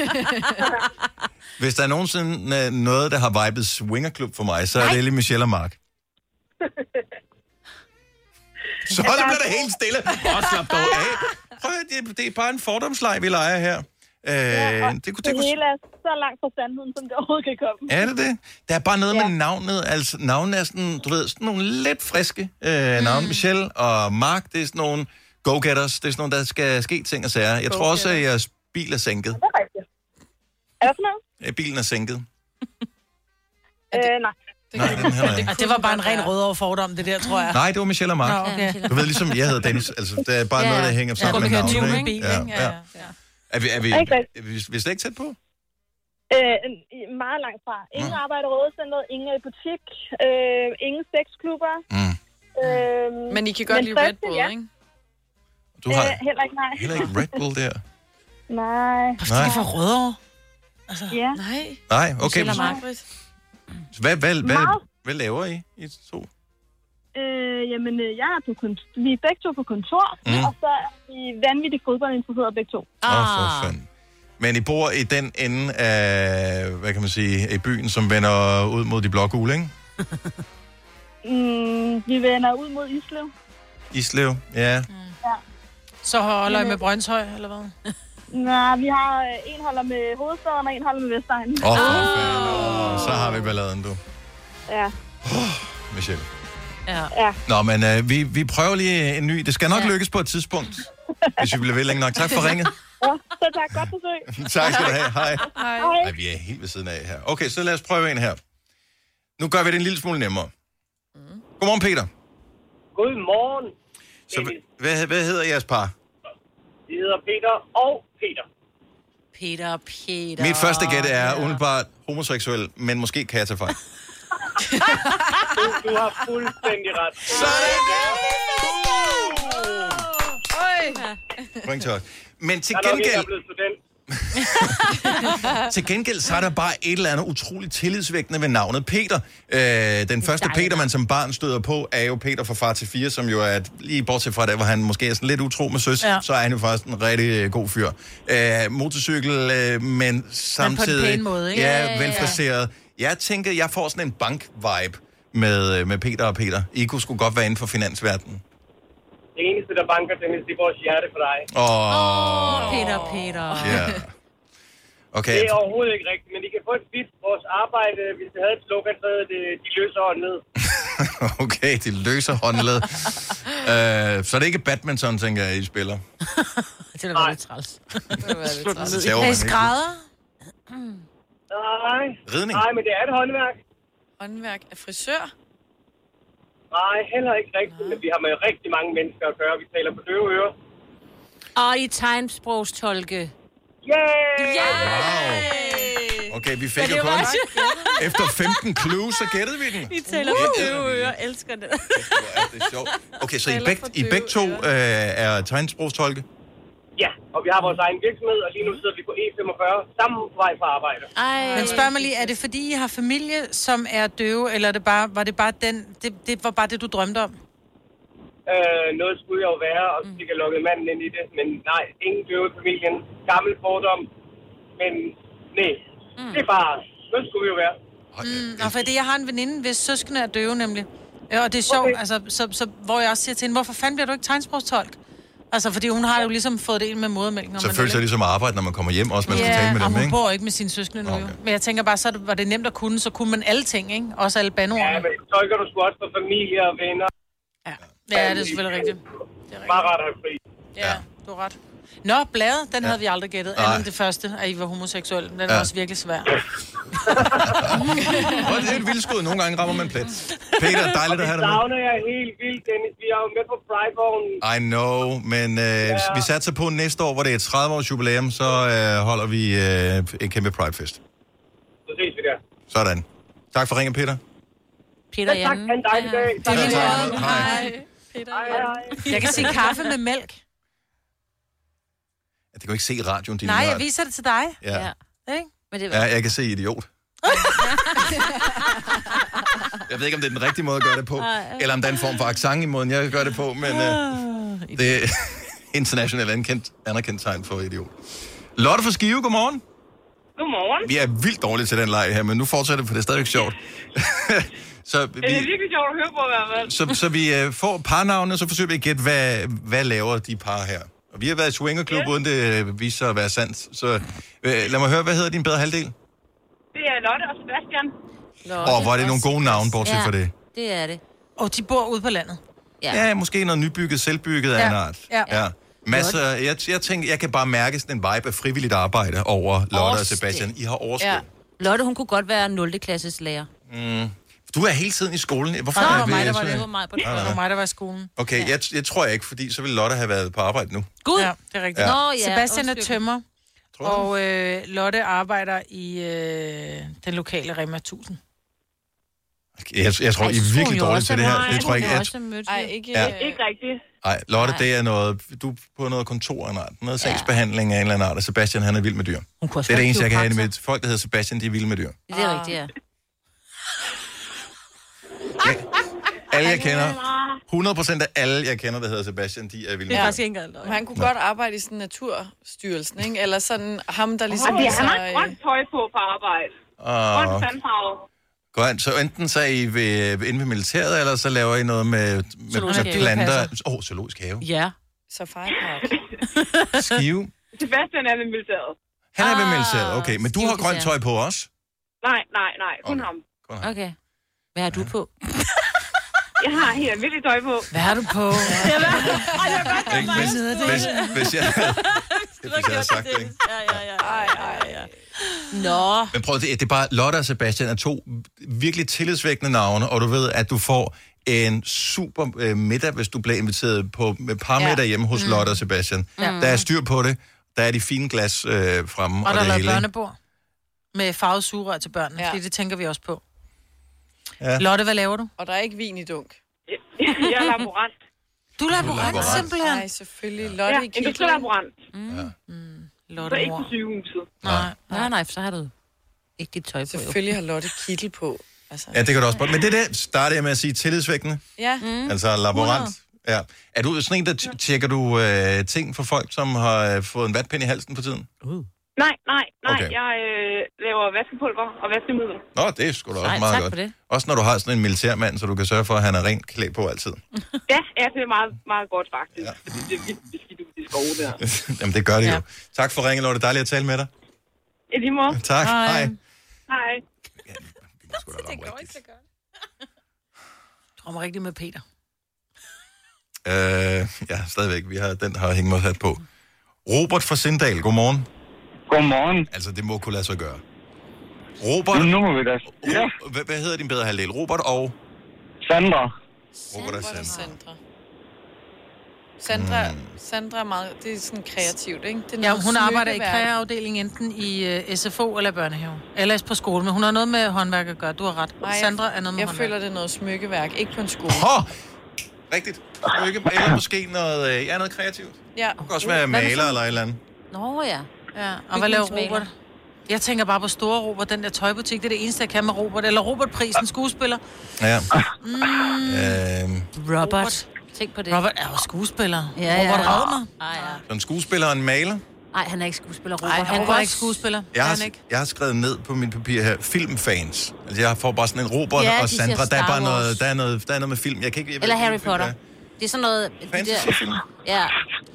Hvis der er nogensinde øh, noget, der har vibet swingerklub for mig, så er det lige Michelle og Mark. Så det bliver der helt stille. Og slap dog af. Prøv at høre, det, det er bare en fordomsleg, vi leger her. Øh, det, kunne, det,
det
kunne,
hele er så langt fra sandheden, som det overhovedet kan komme.
er det det? Der er bare noget med navnet. Altså, navnet er sådan, du ved, sådan nogle lidt friske øh, navne.
Mm.
Michelle og Mark, det er sådan nogle go-getters. Det er sådan nogle, der skal ske ting og sager. Jeg tror også, at jeres bil er sænket.
Det er rigtigt. Er der sådan noget?
Øh, Bilen er sænket.
Øh, nej.
Nej, den her er ikke.
Og det var bare en ren rød over fordom, det der, tror jeg.
Nej, det var Michelle og Mark.
Nå, okay.
Du ved, ligesom jeg hedder Dennis. Altså, der er bare
Ja,
noget,
ja.
der hænger
Jeg
sammen
tror,
med
vi kører
navnet.
tuning,
ikke?
ikke? Ja,
ja. Er vi, er vi,
Ikke
er vi, vi er slet ikke tæt på?
Øh, en- meget langt fra. Ingen mm. arbejder i Rådcenteret, ingen er i butik, øh, ingen sexklubber. Mm. Øh,
Men I kan godt lide Red Bull,
ikke?
Du har
Øh, heller ikke, nej.
heller ikke Red Bull der.
Nej.
Nej. de er fra
Rødovre?
Altså, ja. Nej.
Nej, okay.
Michelle og Mark.
Hvad, hvad, hvad,
Meget.
hvad laver I, I to?
Øh, jamen, øh, jeg er på kont- vi er begge to på kontor,
Mm.
mm. og så er vi vanvittigt fodboldinteresserede begge to.
Åh,
Ah.
for fanden. Men I bor i den ende af, hvad kan man sige, i byen, som vender ud mod de blågule, ikke?
Mm, vi vender ud mod Islev.
Islev, ja.
Så holder jeg med Brøndshøj, eller hvad?
Nej, vi har øh, en holder med hovedstaden, og en holder med Vestegnen.
Åh, oh,
Ah.
for fanden. Åh, så har vi balladen, du,
Ja.
Michelle.
Ja.
ja.
Nå, men øh, vi, vi prøver lige en ny. Det skal nok ja. lykkes på et tidspunkt, hvis vi bliver ved længe nok. Tak for ringet.
Ja, så tak. Godt besøg.
[LAUGHS] tak skal du have. Hej.
Hej.
Ej, vi er helt ved siden af her. Okay, så lad os prøve en her. Nu gør vi det en lille smule nemmere. Godmorgen, Peter.
Godmorgen.
Så, hva- hvad, hvad hedder jeres par?
Vi hedder Peter og Peter.
Peter og Peter.
Mit første gæt er umiddelbart homoseksuel, men måske kan jeg tage fejl.
Du, du har fuldstændig ret.
Sådan
der!
Ring til os. Men til
Der er nok en, der
gengæld,
er blevet student.
til gengæld, så er der bare et eller andet utroligt tillidsvækkende ved navnet Peter. Øh, den første Peter, man som barn støder på, er jo Peter fra Far til Fire, som jo er, et- lige bortset fra det, hvor han måske er sådan lidt utro med søs, ja.
Ja.
så er han jo faktisk en rigtig øh, god fyr. Øh, motorcykel, øh, men samtidig...
pæne måde, ikke? Ja, ja,
Ja,
ja.
velfriseret. Jeg tænker, jeg får sådan en bank-vibe med, øh, med Peter og Peter. I kunne sgu godt være inden for finansverdenen.
Det eneste, der banker, Dennis, det er vores hjerte for dig.
Åh, oh,
[LAUGHS] Peter, Peter.
Ah.
ja. Okay.
Det er overhovedet ikke rigtigt, men I kan få et bit. Vores arbejde, hvis det havde et slogan, så hedder det, de løser hånden ned.
[LAUGHS] Okay, de løser håndled. uh, så det er ikke badminton, tænker jeg, I spiller.
[LAUGHS] Det ville være lidt træls.
Slut
træls. ned. Så tager man ikke.
skrædder?
Nej.
Ridning?
Nej, men det er et håndværk.
Håndværk af frisør.
Nej, heller ikke rigtigt, men vi har med rigtig mange mennesker at gøre. Vi taler på døve ører.
Og i tegnsprogstolke.
Yeah!
Wow. Okay, vi fik
Ja,
jo
det
kun...
var
Efter 15 clues, så gættede vi den.
I taler
Woo!
med døve ører. Elsker det.
Det er sjovt. Okay, så I
Taler
begge,
for
I
døve
begge to øh, er tegnsprogstolke?
Ja, og vi har vores egen virksomhed, og lige nu sidder vi på E45 sammen på vej fra arbejde.
Ej.
Men spørg mig lige, er det fordi, I har familie, som er døve, eller er det bare, var det bare den, det, det var bare det, du drømte om?
Øh, noget skulle jeg jo være, og
Mm.
så fik jeg lukket manden ind i det. Men nej, ingen døve i familien. Gammel fordom. Men nej, mm. det er bare... Sådan skulle vi jo være.
Mm, og fordi jeg har en veninde, hvis søskende er døve nemlig. Ja, og det er sjovt, okay. altså, så, så, hvor jeg også siger til hende, hvorfor fanden bliver du ikke tegnsprogstolk? Altså, fordi hun har jo ligesom fået det ind med modermælken. om
Så
man
føles
vil,
det
ikke?
ligesom at arbejde, når man kommer hjem også, man skal tale med
og
dem,
hun
ikke?
bor ikke med sine søskende nu. Okay. Men jeg tænker bare, så var det nemt at kunne, så kunne man alle ting, ikke? Også alle
Ja,
bandordene.
men så tolker du sgu også for familie og venner.
Ja, det er selvfølgelig rigtigt.
Det er rigtigt. Bare ret at have fri.
Ja, du har ret. Nå, bladet, den ja. havde vi aldrig gættet.
Nej.
Andet end det første, at I var homoseksuel. Den er
Ja.
også virkelig svær.
[LAUGHS] Og det er et vildskud. Nogle gange rammer man plet. Peter, dejligt at have
Det
dig med.
savner jeg helt vildt, Dennis. Vi er jo med på Pridevognen.
I know, men øh, ja. vi satser på næste år, hvor det er 30 års jubilæum, så øh, holder vi øh, en kæmpe Pride-fest.
Så ses vi der.
Sådan. Tak for ringen, Peter.
[LAUGHS] Peter
Ja, tak. Ha' en dejlig dag. Tak.
Hej.
Peter.
Jeg kan sige kaffe med mælk.
Det kan jo ikke se i radioen, din
Nej,
lille
jeg
nar-
viser det til dig.
Ja. Ja.
Ikke? Men det
Ja, jeg kan se idiot. Jeg ved ikke, om det er den rigtige måde at gøre det på,
Ej.
eller om der er en form for accent i måden, jeg gør det på, men
Ah.
øh, det er [LAUGHS] internationalt anerkendt, anerkendt tegn for idiot. Lotte fra Skive, godmorgen.
Godmorgen.
Vi er vildt dårlige til den leg her, men nu fortsætter vi, for det er stadigvæk sjovt. [LAUGHS] så,
Det er
vi,
virkelig sjovt at høre på i hvert fald.
så, så vi øh, får parnavne, og så forsøger vi at gætte, hvad, hvad laver de par her. Og vi har været i swingerklub, uden det øh, viser sig at være sandt. Så øh, lad mig høre, hvad hedder din bedre halvdel?
Det er Lotte og Sebastian.
Åh, oh, hvor er det nogle gode navne, bortset ja.
Ja.
fra det.
Det er det.
Og de bor ude på landet.
Ja. ja, måske noget nybygget, selvbygget af
Ja.
en art.
Ja.
Masser, jeg, jeg tænker, jeg kan bare mærke sådan en vibe af frivilligt arbejde over Lotte og Sebastian. I har overskud. Ja.
Lotte, hun kunne godt være 0. klasses lærer.
Mm. Du er hele tiden i skolen. Hvorfor
Nej,
er
det var mig, der var
sådan-
det. Det var mig, på-
Nej, nej.
det var
Mig, der var i skolen.
Okay, jeg, jeg tror jeg ikke, fordi så ville Lotte have været på arbejde nu.
Gud!
Ja, det er rigtigt.
Ja.
Nå, ja, Sebastian er tømmer,
Tror du?
og øh, Lotte arbejder i øh, den lokale Rema 1000.
Jeg, jeg tror, I er virkelig dårlige til det her. Det tror jeg ikke. Jeg,
Nej, ikke,
Ja.
øh,
ikke rigtigt.
nej, Lotte, det er noget... Du er på noget kontor af en art. Noget sagsbehandling af en eller anden art. Og Sebastian, han er vild med dyr.
Hun kunne
Det er det eneste, jeg kan have det med. Folk, der hedder Sebastian, de er vilde med dyr.
Det er rigtigt, ja.
Alle, jeg kender. 100% af alle, jeg kender, der hedder Sebastian, de er vilde med dyr.
ikke engang Han kunne godt arbejde i sådan Naturstyrelsen, ikke? Eller sådan ham, der ligesom...
Og de har
viser,
meget grønt tøj på på arbejde. Grønt
Og,
sandfarve.
godt, så enten så er I ved, inde ved militæret, eller så laver I noget med, med,
Zoologisk
med
have.
planter.
Dyrepasser.
Åh, oh, zoologisk have.
Ja.
Safari
[LAUGHS]
Park.
Skive.
Sebastian er ved militæret.
Han er ved militæret, okay. Men du har grønt tøj på også?
Nej, nej, nej. Kun ham.
Okay. Hvad har du på?
[LAUGHS] Jeg har helt almindeligt tøj på.
Hvad har du på?
Ikke? Hvis, hvis, hvis, jeg, [LAUGHS] hvis jeg havde sagt det, ikke?
Ja, ja, ja. Ej, ej, ja. Nå.
Men prøv at det, det er bare, Lotte og Sebastian er to virkelig tillidsvækkende navne, og du ved, at du får en super øh, middag, hvis du bliver inviteret på med parmiddag hjemme hos
Mm.
Lotte og Sebastian.
Ja.
Der er styr på det, der er de fine glas øh, fremme og,
Og der er
det
lavet
hele. ikke?
børnebord med farvet sugerør til børnene, ja. fordi det tænker vi også på.
Ja.
Lotte, hvad laver du?
Og der er ikke vin i dunk.
Jeg er laborant.
Du er laborant,
laborant.
simpelthen.
Nej, øh,
Ja,
selvfølgelig. Lotte i
en laborant.
Mm, Lotte,
Så ikke
mor.
på sygehuset.
Nej.
Nej, nej, for så har
Mm.
du ikke dit tøj på.
Selvfølgelig har Lotte kittel på. Altså.
Ja, det kan du også. Men det der starter jeg med at sige tillidsvækkende,
Ja. Mm.
altså laborant. Ja. Er du sådan en, der t- tjekker du øh, ting for folk, som har øh, fået en vatpind i halsen for tiden? Uh.
Nej, nej, nej.
Okay.
Jeg øh, laver vaskepulver og vaskemiddel.
Nå, det er sgu da også
Nej,
meget
tak
godt.
for det.
Også når du har sådan en militærmand, så du kan sørge for, at han er rent klædt på altid.
Ja, ja, det er meget, meget godt faktisk. Ja. Fordi det er vildt beskidt ud i skove
[LAUGHS]
der.
Jamen, det gør det ja. jo. Tak for ringen, Lotte. Dejligt at tale med dig.
I lige måde.
Tak. Hej. Hej.
Hej.
Det går ikke så godt. Drømmer rigtig med Peter.
Øh, ja, stadigvæk. Vi har, den har hængt mig hat på. Robert fra Sindal, godmorgen. Godmorgen. Altså, det må kunne lade sig gøre. Robert... Nu må vi da. Ja. Hvad, hvad hedder din bedre halvdel? Robert og... Sandra. Robert og Sandra.
Sandra. Sandra,
Mm.
Sandra er meget, det er sådan kreativt, ikke? Det er
Ja,
noget
hun arbejder i
smykkeværk.
kreaafdelingen enten i uh, SFO eller børnehave. Eller på skole, men hun har noget med håndværk at gøre. Du har ret.
Nej, jeg-
Sandra er noget med
Jeg
håndværk.
føler, det er noget smykkeværk, ikke på en skole.
Hå! Rigtigt. Lykke. Eller måske noget, øh, ja, noget kreativt. Det
Ja.
kan også være maler eller et eller andet.
Nå ja.
ja. Og hvad laver
Bygningsmaler.
Robert? Jeg tænker bare på store Robert, den der tøjbutik. Det er det eneste, jeg kan med Robert. Eller Robert
Ah.
Prisen, skuespiller.
Ja.
Mm.
Øh,
Robert.
Tænk på det.
Robert er jo skuespiller.
Ja, ja.
Robert Radmer.
Ej, ja.
så en skuespiller og en maler.
Ej, han er ikke skuespiller. Robert.
Ej, han
Robert.
var ikke skuespiller.
Jeg
Er
har,
han ikke?
jeg har skrevet ned på min papir her, filmfans. Altså, jeg får bare sådan en Robert
Ja,
ja,
de
og
siger
Sandra. Der er
Star
bare noget,
Wars.
der er noget, der er noget med film. Jeg kan ikke... Jeg ved
Eller
ikke,
Harry
hvad film
Potter.
det
Det er sådan noget... de
Fantasyfilm.
der, Ja,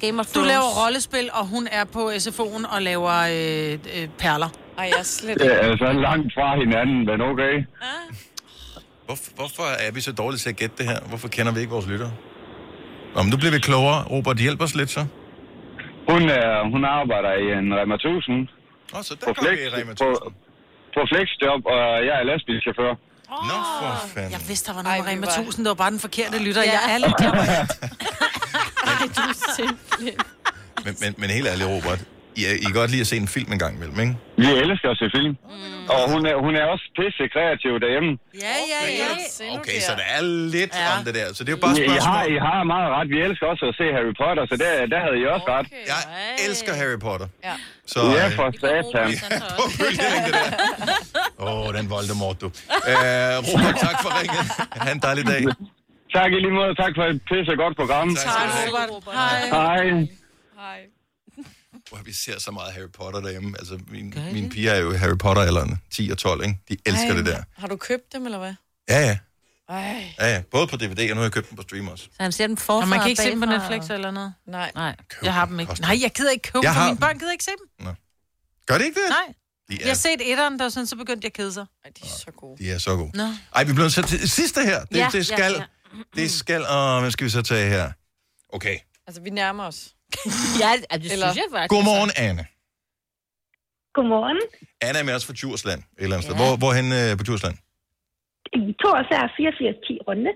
Game of Thrones.
Du laver rollespil, og hun er på SFO'en og laver øh, øh, perler.
Ej, jeg er slet
Det er altså så langt fra hinanden, men okay.
er. Hvorfor, hvorfor er vi så dårlige til at gætte det her? Hvorfor kender vi ikke vores lyttere? Nå, men nu bliver vi klogere. Robert, hjælp os lidt så.
Hun, øh, hun arbejder i en Rema 1000.
Åh, så
der går i Rema 1000. På, på flexjob, og jeg er lastbilchauffør.
Nå, for fanden.
Jeg vidste, der var nogen Rema 1000, det var bare den forkerte lytter. Ja. Jeg er lidt
Du er simpelthen...
Men, men, men helt ærligt, Robert, I, I kan godt lide at se en film en gang imellem, ikke?
Vi elsker at se film. Og hun er, hun er også pisse kreativ derhjemme.
Ja, ja, ja.
Okay, så der er lidt ja. om det der. Så det er jo bare et
I, I, har,
spørgsmål.
I har meget ret. Vi elsker også at se Harry Potter, så der, der havde I også ret.
Jeg elsker Harry Potter.
Ja.
Så,
ja,
øh,
for satan.
Åh, oh, den Voldemort, du. Æ, Robert, tak for ringen. Ha' en dejlig dag.
Tak i lige måde. Tak for et pisse godt program.
Tak,
Robert. Hej.
Hej.
Hvor vi ser så meget Harry Potter derhjemme. Altså, min, mine piger er jo i Harry Potter alderen 10 og 12, ikke? De elsker
Ej,
det der.
Har du købt dem, eller hvad?
Ja, ja.
Ej.
ja, ja. Både på DVD, og nu har jeg købt den på stream også.
Så han ser den forfra
Og man kan ikke se dem på
bagfra,
Netflix eller noget?
Nej.
Nej.
Jeg har dem ikke. Nej, jeg gider ikke købe
Jeg
dem, for
har
mine
dem.
børn gider ikke se dem.
Gør det ikke det?
Nej.
De
Jeg
er,
har set etteren, der sådan, så begyndte jeg at kede sig.
Ej, de er så gode.
de er så gode.
Nå.
Ej, vi bliver så til sidste her. Det,
Ja,
ja, det
ja,
skal...
ja.
Det skal... Åh, hvad skal vi så tage her? Okay.
Altså, vi nærmer os.
[LAUGHS] ja, det synes jeg faktisk.
Godmorgen, Anne.
Godmorgen.
Anna er med os fra Djursland. Et eller andet ja. sted. Hvor, hvorhen øh, på Djursland?
82 84 10 runde.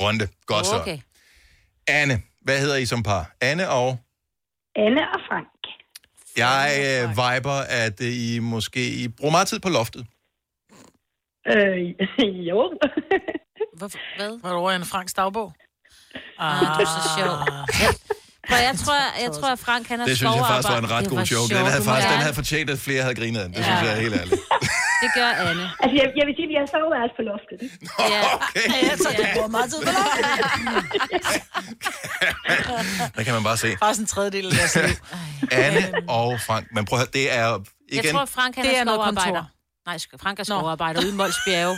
Ronde. Godt så.
Okay.
Anne, hvad hedder I som par? Anne og...
Anne og Frank.
Jeg øh, viber, at øh, I måske I bruger meget tid på loftet.
Øh, jo.
Hvorfor? Hvad?
Var du over i en Franks dagbog?
Ah, du er så sjov. Ja. Prøv, jeg tror, jeg tror, at Frank han har
Det synes jeg faktisk var en
sovearbejde.
ret
Det
god
var
joke. Den
sjovt.
havde,
Du
faktisk,
må
den
gerne.
havde fortjent, at flere havde grinet af den. Det
Ja.
synes jeg er helt ærligt.
Det gør Anne.
Altså, jeg, jeg vil sige, at vi har soveværelse på loftet.
Ja.
Okay.
Ja, så du bruger meget tid på loftet.
Der kan man bare
[LAUGHS]
se.
Bare sådan en tredjedel af
[LAUGHS]
deres liv.
Anne og Frank. Men prøv at høre, det er
Jeg
igen
tror, Frank han
Det
er
er noget
skovarbejder.
kontor.
Nej, sk- Frank er skovarbejder ude i Mols Bjerge.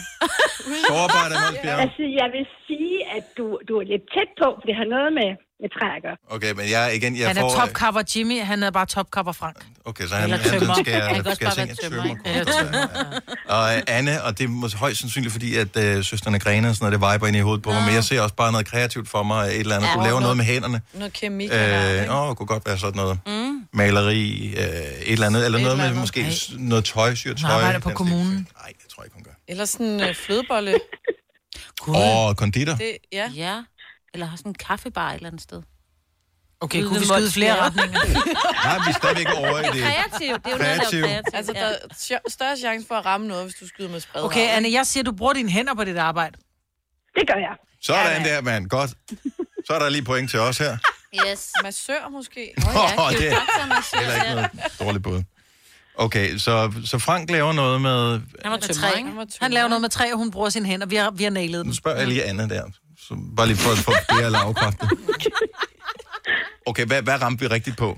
sårbart af Mols
Altså, jeg vil sige, at du, du er lidt tæt på, for det har noget med, med træ at gøre.
Okay, men jeg, igen, jeg
Han er
får...
topcover Jimmy, han er bare topcover Frank.
Okay, så han,
Eller
han, han
tømrer.
skal,
Han kan
jeg,
også
skal jeg
bare
tænke
være
tømmer.
tømrer, ikke?
Og øh, Anne, og det er mås- højst sandsynligt, fordi at øh, søsterne griner og sådan noget, det viber ind i hovedet på mig, men jeg ser også bare noget kreativt for mig, et eller andet,
Ja.
kunne lave noget med hænderne.
Noget kemik.
Øh, åh, det kunne godt være sådan noget mm. maleri, øh, et eller andet, eller noget med måske s- noget tøj, syr
Hun
tøj.
arbejder på
den stil.
kommunen.
Nej, jeg tror ikke, hun gør.
Eller sådan en øh, flødebolle.
[LAUGHS]
Åh, konditor.
Det, ja.
ja. Eller har sådan en kaffebar et eller andet sted.
Okay,
Ude
kunne
ved
vi skyde
Mols
flere
Bjerge.
retninger?
Nej, vi er stadigvæk over i det.
Kreativt. Det er jo noget, der er
Kreativ.
kreativt.
Altså, der er sjo- større chance for at ramme noget, hvis du skyder med spredhavn.
Okay, Anne, jeg siger, du bruger dine hænder på dit arbejde.
Det gør jeg.
Sådan der, mand. Godt. Så er der lige point til os her.
Yes.
Massør måske.
Åh, det er heller ikke noget
[LAUGHS]
dårligt bud. Okay, så, så Frank laver noget med...
Han var
tømrer,
træ. Han laver noget med træ, og hun bruger sine hænder. Vi har, vi har nailet
Nu
den.
spørger jeg lige Anna der. Så bare lige for at få flere lavkræfter. Okay, hvad, hvad ramte vi rigtigt på?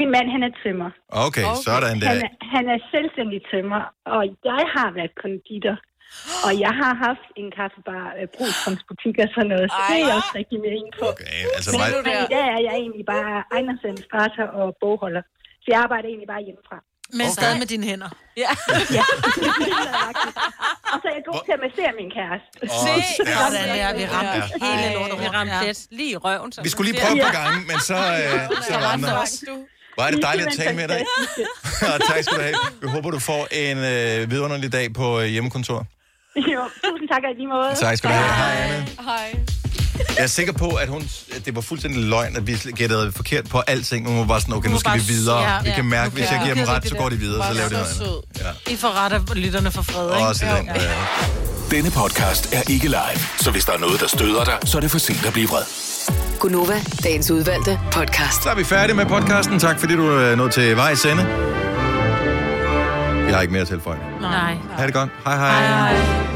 Min mand, han er tømmer.
Okay, okay. sådan
Han
der.
er, han er selvstændig tømmer, og jeg har været konditor. Og jeg har haft en kaffebar, øh, brugsfondsbutik og sådan noget, så det er jeg også rigtig med ind på.
Okay, altså
men,
mig...
men i dag er jeg egentlig bare ejendomsadministrator og bogholder. Så jeg arbejder egentlig bare hjemmefra.
Men stadig med dine hænder.
Ja.
Ja. og så er jeg god til at massere min kæreste.
Åh, stærkt.
Sådan der, vi ramte
Ja.
hele
Ej,
lortet
vi
rundt.
ramte
Ja.
plet lige i røven. Som
Vi
man
skulle lige
siger.
prøve et par gange, men så, øh, så ramte
ramte
os. Hvor er det dejligt at tale med dig. [LAUGHS] Og tak skal du have. Vi håber, du får en øh, vidunderlig dag på øh, hjemmekontor.
[LAUGHS] Jo, tusind tak og i lige måde.
Tak skal du have. Hej, Anne.
Hej.
Jeg er sikker på, at, hun, at det var fuldstændig løgn, at vi gættede forkert på alting. Nu var bare sådan, okay, nu skal vi videre.
Ja,
Vi
ja.
kan mærke,
Nu
hvis jeg
kan-
giver dem
nu kan
ret,
det
så
der.
går de videre, så
Bare
laver de
så
noget andet. Ja.
I får ret lytterne for fred, ikke?
Også den.
Ja.
Øh.
Denne podcast er ikke live, så hvis der er noget, der støder dig, så er det for sent at blive vred.
Gunova, dagens udvalgte podcast.
Så er vi færdige med podcasten. Tak fordi du øh, nåede til vej sende. Jeg har ikke mere at tilføje.
Nej.
Ha' det godt. Hej hej. hej, hej.